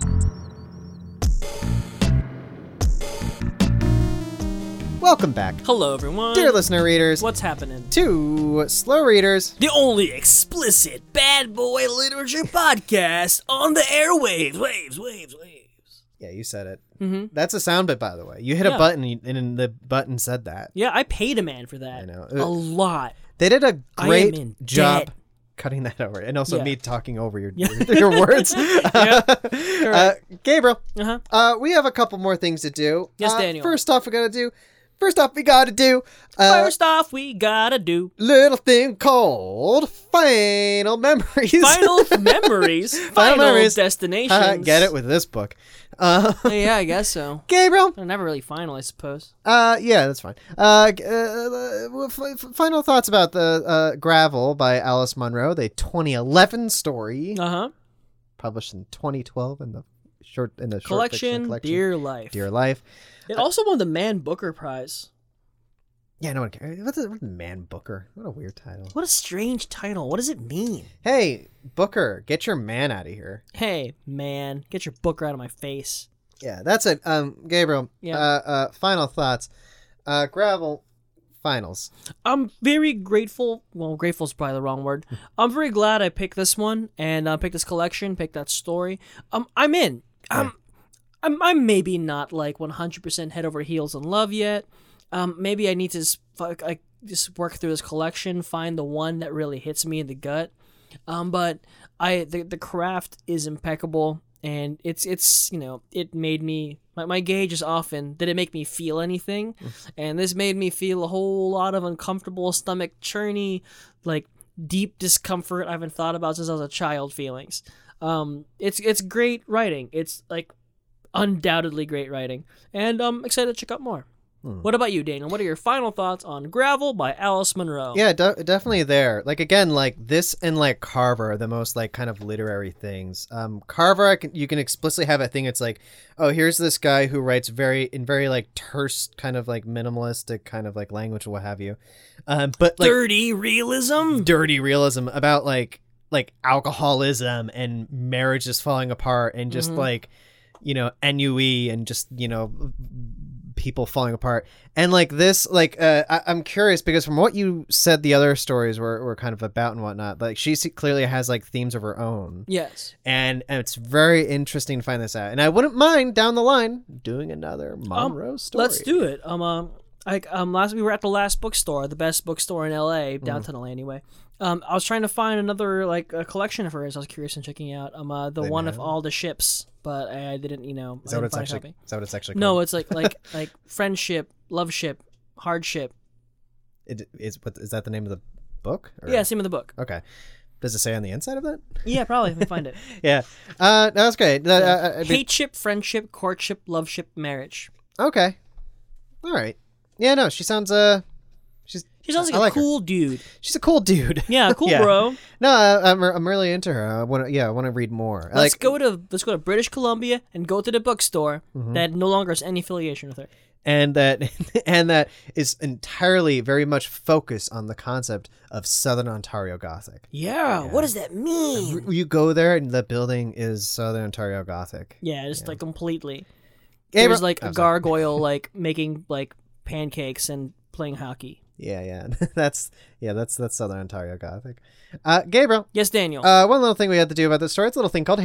Speaker 1: Welcome back,
Speaker 2: Hello, everyone.
Speaker 1: dear listener readers,
Speaker 2: What's happening?
Speaker 1: to slow readers.
Speaker 2: The only explicit bad boy literature podcast on the airwaves. Waves, waves, waves.
Speaker 1: Yeah, you said it.
Speaker 2: Mm-hmm.
Speaker 1: That's a sound bit, by the way. You hit a
Speaker 2: Yeah.
Speaker 1: button, and- and the button said that.
Speaker 2: Yeah, I paid a man for that.
Speaker 1: I know. Uh,
Speaker 2: A lot.
Speaker 1: They did a
Speaker 2: I am
Speaker 1: great
Speaker 2: in
Speaker 1: job
Speaker 2: debt.
Speaker 1: cutting that over, and also
Speaker 2: Yeah.
Speaker 1: me talking over your your, your words. uh,
Speaker 2: correct.
Speaker 1: Gabriel,
Speaker 2: Uh huh.
Speaker 1: uh, we have a couple more things to do.
Speaker 2: Yes,
Speaker 1: Uh,
Speaker 2: Daniel.
Speaker 1: First off, we gotta do. First off, we gotta do a
Speaker 2: First off, we gotta do
Speaker 1: little thing called final memories.
Speaker 2: final memories, final,
Speaker 1: memories.
Speaker 2: destinations.
Speaker 1: Uh, get it with this book, uh,
Speaker 2: yeah, I guess so.
Speaker 1: Gabriel.
Speaker 2: They're never really final, I suppose.
Speaker 1: Uh, yeah, that's fine. Uh, g- uh, f- f- final thoughts about the uh, Gravel by Alice Munro, the 2011 story.
Speaker 2: Uh huh.
Speaker 1: published in 2012 in the short in the short fiction
Speaker 2: Collection,
Speaker 1: collection
Speaker 2: dear life.
Speaker 1: Dear Life.
Speaker 2: It also won the Man Booker Prize.
Speaker 1: Yeah, no one cares. What's a, what's a man Booker? What a weird title.
Speaker 2: What a strange title. What does it mean?
Speaker 1: Hey Booker, get your man out of here.
Speaker 2: Hey, man, get your Booker out of my face.
Speaker 1: Yeah, that's it. Um, Gabriel.
Speaker 2: Yeah.
Speaker 1: Uh, uh, final thoughts. Uh, gravel finals.
Speaker 2: I'm very grateful. Well, grateful is probably the wrong word. I'm very glad I picked this one and uh, picked this collection, picked that story. Um, I'm in. Um, I'm, I'm maybe not like 100% head over heels in love yet. Um, maybe I need to s- fuck, like, just work through this collection, find the one that really hits me in the gut. Um, but I the, the craft is impeccable, and it's it's you know it made me my, my gauge is often did it make me feel anything,
Speaker 1: Mm.
Speaker 2: and this made me feel a whole lot of uncomfortable stomach churny, like deep discomfort I haven't thought about since I was a child feelings. Um, it's it's great writing. It's like undoubtedly great writing, and I'm excited to check out more.
Speaker 1: Hmm.
Speaker 2: What about you, Daniel? What are your final thoughts on Gravel by Alice Munro?
Speaker 1: Yeah, de- definitely there. Like again, like this and like Carver are the most like kind of literary things. Um, Carver, I can, you can explicitly have a thing. It's like, oh, here's this guy who writes very in very like terse, kind of like minimalistic kind of like language, or what have you. Um, but like
Speaker 2: Dirty realism.
Speaker 1: dirty realism about like like alcoholism and marriages falling apart and just
Speaker 2: Mhm.
Speaker 1: like you know NUE and just you know people falling apart and like this like uh, I- I'm curious because from what you said the other stories were were kind of about and whatnot like she se- clearly has like themes of her own
Speaker 2: Yes.
Speaker 1: and, and it's very interesting to find this out and I wouldn't mind down the line doing another Monroe story
Speaker 2: Um, Let's do it. Um, um, like um, last we were at the last bookstore, the best bookstore in L.A.,
Speaker 1: Mm-hmm.
Speaker 2: downtown L.A. Anyway, um, I was trying to find another like a collection of hers. I was curious in checking out um, uh, the
Speaker 1: They
Speaker 2: one
Speaker 1: have
Speaker 2: of
Speaker 1: it?
Speaker 2: all the ships, but I, I didn't, you know,
Speaker 1: is
Speaker 2: I
Speaker 1: that what
Speaker 2: didn't
Speaker 1: it's
Speaker 2: find a
Speaker 1: actually
Speaker 2: copy.
Speaker 1: is that what it's actually
Speaker 2: No,
Speaker 1: called?
Speaker 2: it's like like like friendship, love ship, hardship.
Speaker 1: it is what is that the name of the book Or-
Speaker 2: Yeah, same in the book.
Speaker 1: okay does it say on the inside of that
Speaker 2: Yeah, probably. Let me find it.
Speaker 1: yeah uh no, that's great The- uh, uh, I mean-
Speaker 2: Hate ship, friendship, courtship, love ship, marriage.
Speaker 1: okay all right yeah no she sounds uh she's
Speaker 2: She
Speaker 1: I
Speaker 2: sounds like a
Speaker 1: like her.
Speaker 2: cool dude.
Speaker 1: she's a cool dude
Speaker 2: Yeah, cool
Speaker 1: Yeah.
Speaker 2: bro.
Speaker 1: no I, I'm, I'm really into her i want to yeah i want to read more I
Speaker 2: Let's
Speaker 1: like
Speaker 2: go to let's go to British Columbia and go to the bookstore
Speaker 1: Mm-hmm.
Speaker 2: that no longer has any affiliation with her.
Speaker 1: and that and that is entirely very much focused on the concept of southern ontario gothic
Speaker 2: Yeah, what does that mean?
Speaker 1: you go there and the building is southern ontario gothic
Speaker 2: Yeah, just like completely.
Speaker 1: Gabriel-
Speaker 2: There's like
Speaker 1: Oh,
Speaker 2: a
Speaker 1: sorry.
Speaker 2: gargoyle like making like pancakes and playing hockey.
Speaker 1: Yeah, yeah, that's yeah, that's that's Southern Ontario Gothic. Uh, Gabriel,
Speaker 2: Yes, Daniel.
Speaker 1: uh, one little thing we had to do about this story. It's a little thing called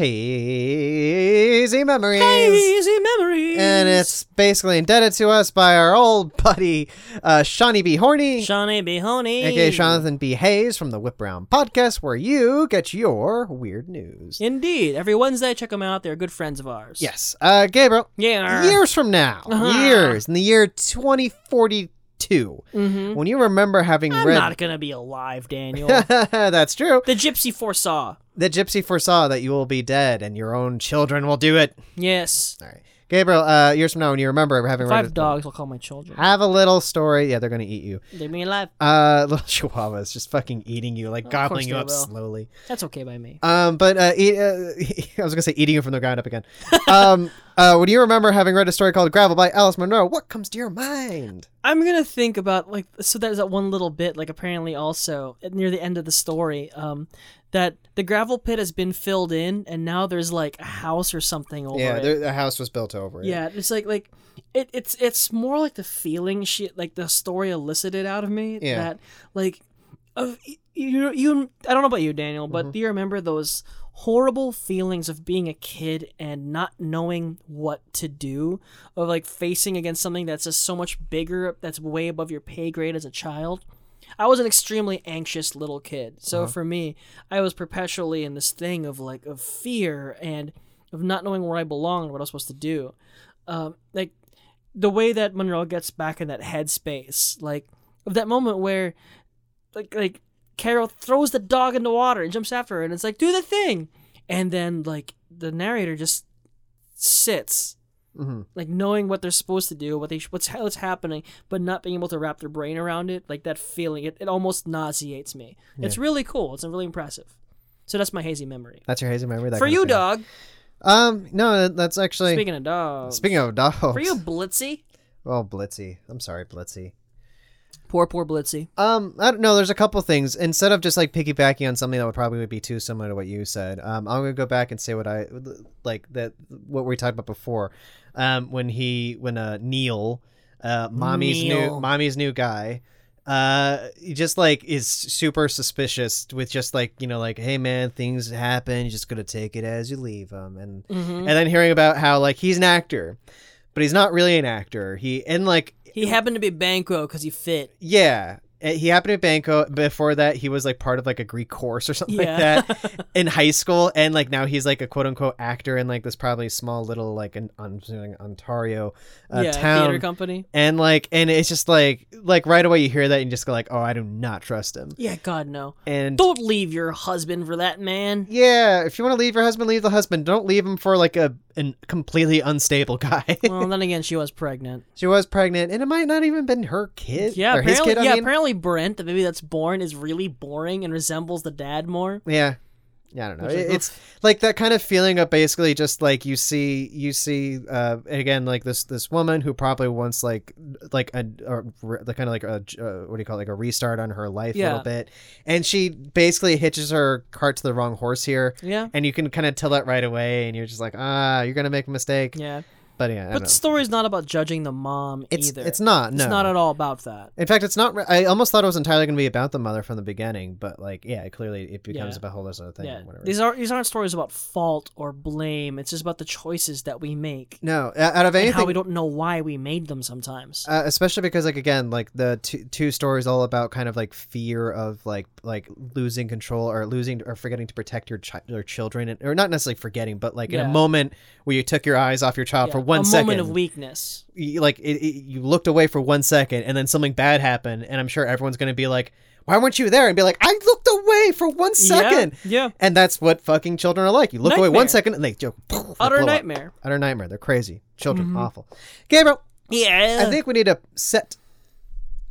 Speaker 1: hazy memories,
Speaker 2: Hazy memories.
Speaker 1: and it's basically indebted to us by our old buddy uh, Shawnee B. Horny,
Speaker 2: Shawnee B. Honey.
Speaker 1: aka Jonathan B. Hayes from the Whip Round Podcast, where you get your weird news.
Speaker 2: Indeed. Every Wednesday, check them out. They're good friends of ours.
Speaker 1: Yes, uh, Gabriel,
Speaker 2: Yeah.
Speaker 1: years from now,
Speaker 2: Uh-huh.
Speaker 1: years in the year 2042,
Speaker 2: Mm-hmm.
Speaker 1: when you remember having
Speaker 2: I'm
Speaker 1: read.
Speaker 2: not gonna be alive, Daniel.
Speaker 1: that's true.
Speaker 2: the gypsy foresaw.
Speaker 1: The gypsy foresaw that you will be dead and your own children will do it.
Speaker 2: Yes.
Speaker 1: All right. Gabriel, uh, years from now, when you remember having read
Speaker 2: Five
Speaker 1: it,
Speaker 2: dogs will call my children.
Speaker 1: have a little story. Yeah, they're going to eat you.
Speaker 2: Leave me alive.
Speaker 1: Uh, little chihuahuas just fucking eating you, like
Speaker 2: course
Speaker 1: gobbling you
Speaker 2: they
Speaker 1: up
Speaker 2: will.
Speaker 1: slowly.
Speaker 2: That's okay by me.
Speaker 1: Um, but uh, eat, uh, I was going to say eating you from the ground up again. um, uh, when you remember having read a story called Gravel by Alice Monroe, what comes to your mind?
Speaker 2: I'm gonna think about like so there's that one little bit like apparently also at- near the end of the story um that the gravel pit has been filled in and now there's like a house or something over
Speaker 1: yeah,
Speaker 2: it.
Speaker 1: there, the house was built over it.
Speaker 2: yeah, it's like like it, it's it's more like the feeling she like the story elicited out of me
Speaker 1: Yeah.
Speaker 2: that like of you you I don't know about you Daniel but do you remember those horrible feelings of being a kid and not knowing what to do of like facing against something that's just so much bigger that's way above your pay grade as a child I was an extremely anxious little kid. So for me, I was perpetually in this thing of like of fear and of not knowing where I belong and what I was supposed to do. Um, like the way that Monroe gets back in that headspace, like of that moment where like like Carol throws the dog in the water and jumps after her and it's like, do the thing and then like the narrator just sits
Speaker 1: hmm
Speaker 2: like knowing what they're supposed to do, what they sh- what's what's happening, but not being able to wrap their brain around it, like that feeling, it, it almost nauseates me. It's really cool. It's uh, really impressive. So that's my hazy memory.
Speaker 1: That's your hazy memory. That
Speaker 2: For
Speaker 1: kind of
Speaker 2: you,
Speaker 1: thing.
Speaker 2: dog.
Speaker 1: Um, no, that's actually. Speaking,
Speaker 2: Speaking of dogs.
Speaker 1: of dogs.
Speaker 2: For you, Blitzy.
Speaker 1: Oh, Blitzy. I'm sorry, Blitzy.
Speaker 2: Poor, poor Blitzy.
Speaker 1: Um, I don't know. There's a couple things. Instead of just like piggybacking on something that would probably be too similar to what you said, um, I'm gonna go back and say what I like that what we talked about before. Um, when he when uh Neil, uh, mommy's new
Speaker 2: Neil.
Speaker 1: mommy's new guy, uh, he just like is super suspicious with just like you know like hey man things happen you just gotta take it as you leave them and
Speaker 2: hmm
Speaker 1: and then hearing about how like he's an actor, but he's not really an actor. He and like
Speaker 2: He happened to be Banquo because he fit.
Speaker 1: yeah. Uh, He happened at Banco. Before that, he was like part of like a Greek course or something
Speaker 2: Yeah.
Speaker 1: like that in high school, and like now he's like a quote unquote actor in like this probably small little like an I'm assuming Ontario uh,
Speaker 2: yeah, theater
Speaker 1: town,
Speaker 2: company.
Speaker 1: and like and it's just like like right away you hear that and you just go like oh I do not trust him,
Speaker 2: Yeah, God, no.
Speaker 1: and
Speaker 2: Don't leave your husband for that man.
Speaker 1: yeah if you want to leave your husband leave the husband don't leave him for like a an completely unstable guy.
Speaker 2: well, then again, she was pregnant.
Speaker 1: she was pregnant and it might not even been her kid
Speaker 2: Yeah,
Speaker 1: or his
Speaker 2: apparently,
Speaker 1: kid I
Speaker 2: yeah,
Speaker 1: mean
Speaker 2: apparently Brent, the baby that's born, is really boring and resembles the dad more.
Speaker 1: yeah Yeah, I don't know.
Speaker 2: Which is-
Speaker 1: It- It's like that kind of feeling of basically just like you see you see uh again like this this woman who probably wants like like a or re- the kind of like a j- uh, what do you call it, like a restart on her life a
Speaker 2: Yeah.
Speaker 1: little bit, and she basically hitches her cart to the wrong horse here,
Speaker 2: Yeah.
Speaker 1: and you can kind of tell that right away, and you're just like ah, you're gonna make a mistake.
Speaker 2: Yeah.
Speaker 1: But yeah, I
Speaker 2: But
Speaker 1: don't
Speaker 2: the
Speaker 1: know.
Speaker 2: story's not about judging the mom
Speaker 1: It's
Speaker 2: either.
Speaker 1: it's not no.
Speaker 2: It's not at all about that.
Speaker 1: In fact, it's not. re- I almost thought it was entirely going to be about the mother from the beginning, but like, yeah, it clearly it becomes
Speaker 2: Yeah.
Speaker 1: a whole other thing.
Speaker 2: yeah.
Speaker 1: or whatever.
Speaker 2: These are these aren't stories about fault or blame. It's just about the choices that we make
Speaker 1: no, o- out of
Speaker 2: and how
Speaker 1: anything,
Speaker 2: we don't know why we made them sometimes.
Speaker 1: uh, especially because like again, like the two, two stories all about kind of like fear of like like losing control or losing or forgetting to protect your child or children, and, or not necessarily forgetting, but like in
Speaker 2: Yeah.
Speaker 1: a moment where you took your eyes off your child
Speaker 2: Yeah,
Speaker 1: for one
Speaker 2: a
Speaker 1: second,
Speaker 2: moment of weakness.
Speaker 1: you- like it, it, you looked away for one second, and then something bad happened, and I'm sure everyone's going to be like, "Why weren't you there?" and be like, "I looked away for one second.
Speaker 2: Yeah. yeah.
Speaker 1: And that's what fucking children are like. You look away
Speaker 2: Nightmare.
Speaker 1: one second and they joke.
Speaker 2: Utter nightmare. Mm-hmm.
Speaker 1: Utter nightmare. They're crazy. Children, awful. Gabriel,
Speaker 2: Yeah.
Speaker 1: I think we need to set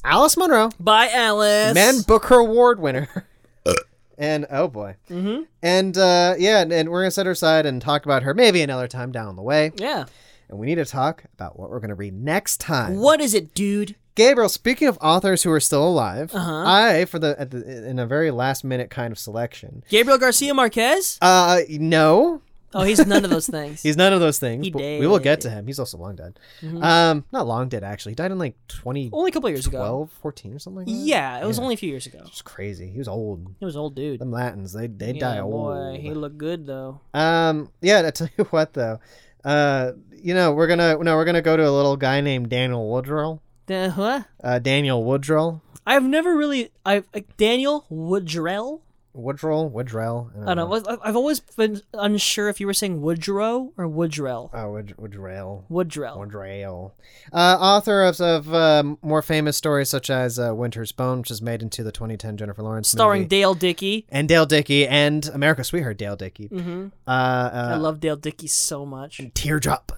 Speaker 1: Alice Monroe,
Speaker 2: Bye, Alice.
Speaker 1: Man Booker Award winner. and oh boy.
Speaker 2: Mm-hmm.
Speaker 1: And uh, yeah, and, and we're going to set her aside and talk about her maybe another time down the way.
Speaker 2: Yeah.
Speaker 1: And we need to talk about what we're going to read next time.
Speaker 2: What is it, dude?
Speaker 1: Gabriel, speaking of authors who are still alive,
Speaker 2: Uh-huh.
Speaker 1: I, for the, at the, in a very last minute kind of selection,
Speaker 2: Gabriel Garcia Marquez?
Speaker 1: uh, no,
Speaker 2: Oh, he's none of those things.
Speaker 1: He's none of those things.
Speaker 2: He
Speaker 1: but We will get
Speaker 2: did.
Speaker 1: to him. He's also long dead. Um, not long dead actually. He died in like 2012,
Speaker 2: only a couple years ago.
Speaker 1: 14 or something. Like that.
Speaker 2: Yeah, it was
Speaker 1: Yeah.
Speaker 2: only a few years ago.
Speaker 1: It's crazy. He was old.
Speaker 2: He was an old dude.
Speaker 1: Them Latins, they they
Speaker 2: Yeah,
Speaker 1: die
Speaker 2: boy,
Speaker 1: old.
Speaker 2: he looked good though.
Speaker 1: Um, yeah. I tell you what though, uh, you know we're gonna no we're gonna go to a little guy named Daniel Woodrow.
Speaker 2: Da- huh?
Speaker 1: Uh, Daniel Woodrow.
Speaker 2: I've never really. I like, Daniel Woodrell.
Speaker 1: Woodrow, Woodrell.
Speaker 2: I don't know. was-
Speaker 1: Uh-huh.
Speaker 2: I- I've always been unsure if you were saying Woodrow or Woodrell.
Speaker 1: Oh, Wood, Woodrell.
Speaker 2: Woodrell.
Speaker 1: Wondrail. Uh, author of, of uh, more famous stories such as uh, Winter's Bone, which is made into the 2010 Jennifer Lawrence
Speaker 2: Starring
Speaker 1: movie.
Speaker 2: Dale Dickey.
Speaker 1: and Dale Dickey and America's Sweetheart Dale Dickey.
Speaker 2: hmm
Speaker 1: Uh,
Speaker 2: I
Speaker 1: uh,
Speaker 2: love Dale Dickey so much.
Speaker 1: Teardrop.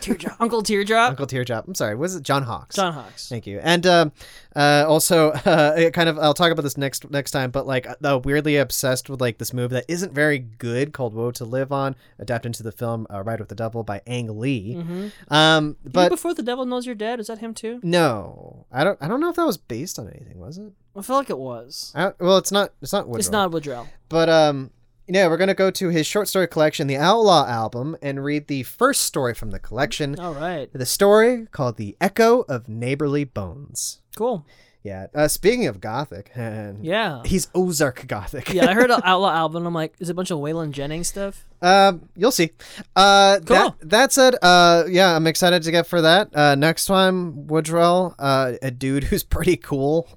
Speaker 2: Teardrop. Uncle Teardrop.
Speaker 1: Uncle Teardrop. I'm sorry. Was it John Hawks?
Speaker 2: Uh, John Hawks.
Speaker 1: Thank you. And um, uh, also, uh, it kind of, I'll talk about this next next time, but like, uh, weirdly obsessed with like this movie that isn't very good called Woe to Live On, adapted into the film uh, Ride with the Devil by Ang Lee.
Speaker 2: Mm-hmm.
Speaker 1: Um,
Speaker 2: But
Speaker 1: but
Speaker 2: before the devil knows you're dead, is that him too?
Speaker 1: no, I don't. I don't know if that was based on anything, was it?
Speaker 2: I feel like it was.
Speaker 1: I, well, it's not. It's not. Woodrow.
Speaker 2: It's not Woodrell.
Speaker 1: But um, yeah, we're gonna go to his short story collection, the Outlaw album, and read the first story from the collection.
Speaker 2: All right.
Speaker 1: The story called "The Echo of Neighborly Bones."
Speaker 2: Cool.
Speaker 1: Yeah. Uh, speaking of gothic, and
Speaker 2: Yeah.
Speaker 1: he's Ozark gothic.
Speaker 2: Yeah, I heard an Outlaw album. I'm like, is it a bunch of Waylon Jennings stuff?
Speaker 1: Um, you'll see. Uh,
Speaker 2: Cool.
Speaker 1: that, that said, uh, yeah, I'm excited to get for that. Uh, next time, Woodrell, uh, a dude who's pretty cool.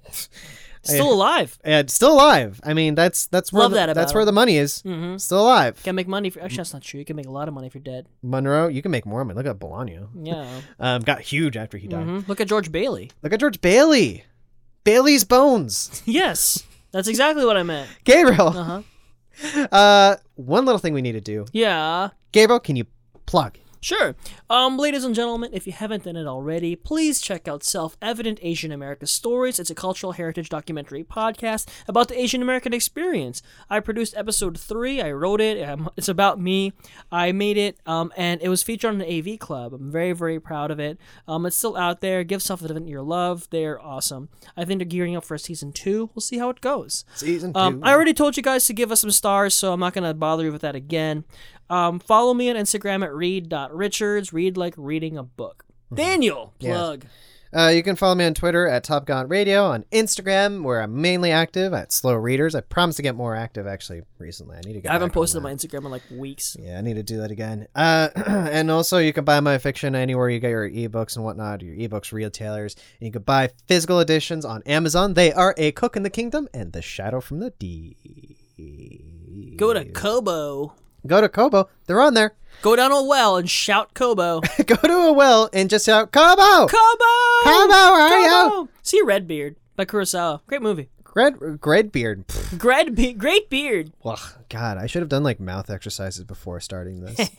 Speaker 2: Still alive.
Speaker 1: and still alive. I mean, that's that's where
Speaker 2: Love
Speaker 1: the,
Speaker 2: that about
Speaker 1: that's where
Speaker 2: him.
Speaker 1: the money is.
Speaker 2: Mm-hmm.
Speaker 1: Still alive.
Speaker 2: Can make money. For, actually, that's not true. You can make a lot of money if you're dead.
Speaker 1: Monroe, you can make more money. Look at Bologna.
Speaker 2: Yeah.
Speaker 1: Um, got huge after he died.
Speaker 2: Mhm. Look at George Bailey.
Speaker 1: Look at George Bailey. Bailey's bones.
Speaker 2: yes, that's exactly what I meant.
Speaker 1: Gabriel.
Speaker 2: Uh huh.
Speaker 1: Uh, one little thing we need to do.
Speaker 2: Yeah.
Speaker 1: Gabriel, can you plug?
Speaker 2: Sure. Um, ladies and gentlemen, if you haven't done it already, please check out Self Evident Asian America Stories. It's a cultural heritage documentary podcast about the Asian American experience. I produced episode three. I wrote it. Um, it's about me. I made it, um, and it was featured on the AV Club. I'm very, very proud of it. Um, it's still out there. Give Self Evident your love. They're awesome. I think they're gearing up for season two. We'll see how it goes.
Speaker 1: Season two.
Speaker 2: Um, I already told you guys to give us some stars, so I'm not going to bother you with that again. Um, follow me on Instagram at read.richards. Read like reading a book.
Speaker 1: Mm-hmm.
Speaker 2: Daniel,
Speaker 1: Yes.
Speaker 2: plug.
Speaker 1: Uh, you can follow me on Twitter at Top Gun Radio, on Instagram, where I'm mainly active at Slow Readers. I promised to get more active actually recently. I need to get
Speaker 2: I haven't
Speaker 1: back on
Speaker 2: posted on
Speaker 1: that.
Speaker 2: my Instagram in like weeks.
Speaker 1: Yeah, I need to do that again. Uh, and also, you can buy my fiction anywhere you get your ebooks and whatnot, your ebooks retailers. And you can buy physical editions on Amazon. They are A Cook in the Kingdom and The Shadow from the D.
Speaker 2: Go to Kobo.
Speaker 1: Go to Kobo. They're on there.
Speaker 2: Go down a well and shout Kobo.
Speaker 1: Go to a well and just shout, Kobo!
Speaker 2: Kobo!
Speaker 1: Kobo, are you?
Speaker 2: Kobo! See Redbeard by Kurosawa. Great movie.
Speaker 1: Red, red beard.
Speaker 2: Great, be- great beard.
Speaker 1: Ugh, God, I should have done like mouth exercises before starting this.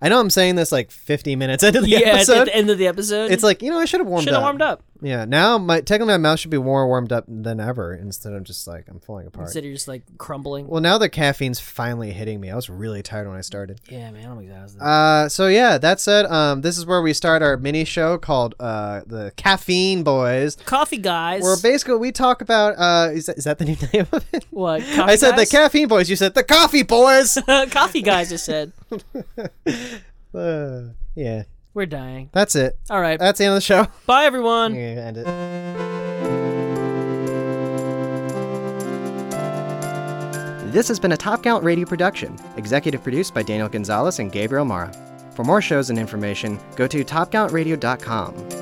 Speaker 1: I know I'm saying this like 50 minutes into the
Speaker 2: yeah, it's at
Speaker 1: episode.
Speaker 2: the end of the episode.
Speaker 1: It's like, you know, I should have warmed
Speaker 2: Should have
Speaker 1: up.
Speaker 2: warmed up.
Speaker 1: Yeah, now my technically my mouth should be more warmed up than ever instead of just like I'm falling apart.
Speaker 2: Instead, you're just like crumbling.
Speaker 1: Well, now the caffeine's finally hitting me. I was really tired when I started.
Speaker 2: yeah, man, I'm exhausted.
Speaker 1: Uh, so yeah, that said, um, this is where we start our mini show called uh, the Caffeine Boys.
Speaker 2: Coffee guys.
Speaker 1: Where basically we talk about uh, is that, is that the new name of it?
Speaker 2: what? Coffee
Speaker 1: I said
Speaker 2: guys?
Speaker 1: the Caffeine Boys. You said the Coffee Boys.
Speaker 2: coffee guys. I said
Speaker 1: Uh, yeah,
Speaker 2: we're dying.
Speaker 1: that's it.
Speaker 2: All right,
Speaker 1: That's the end of the show.
Speaker 2: bye everyone.
Speaker 1: Yeah, end it. This has been a Top Count Radio production, executive produced by Daniel Gonzalez and Gabriel Mara. For more shows and information, go to topcountradio.com.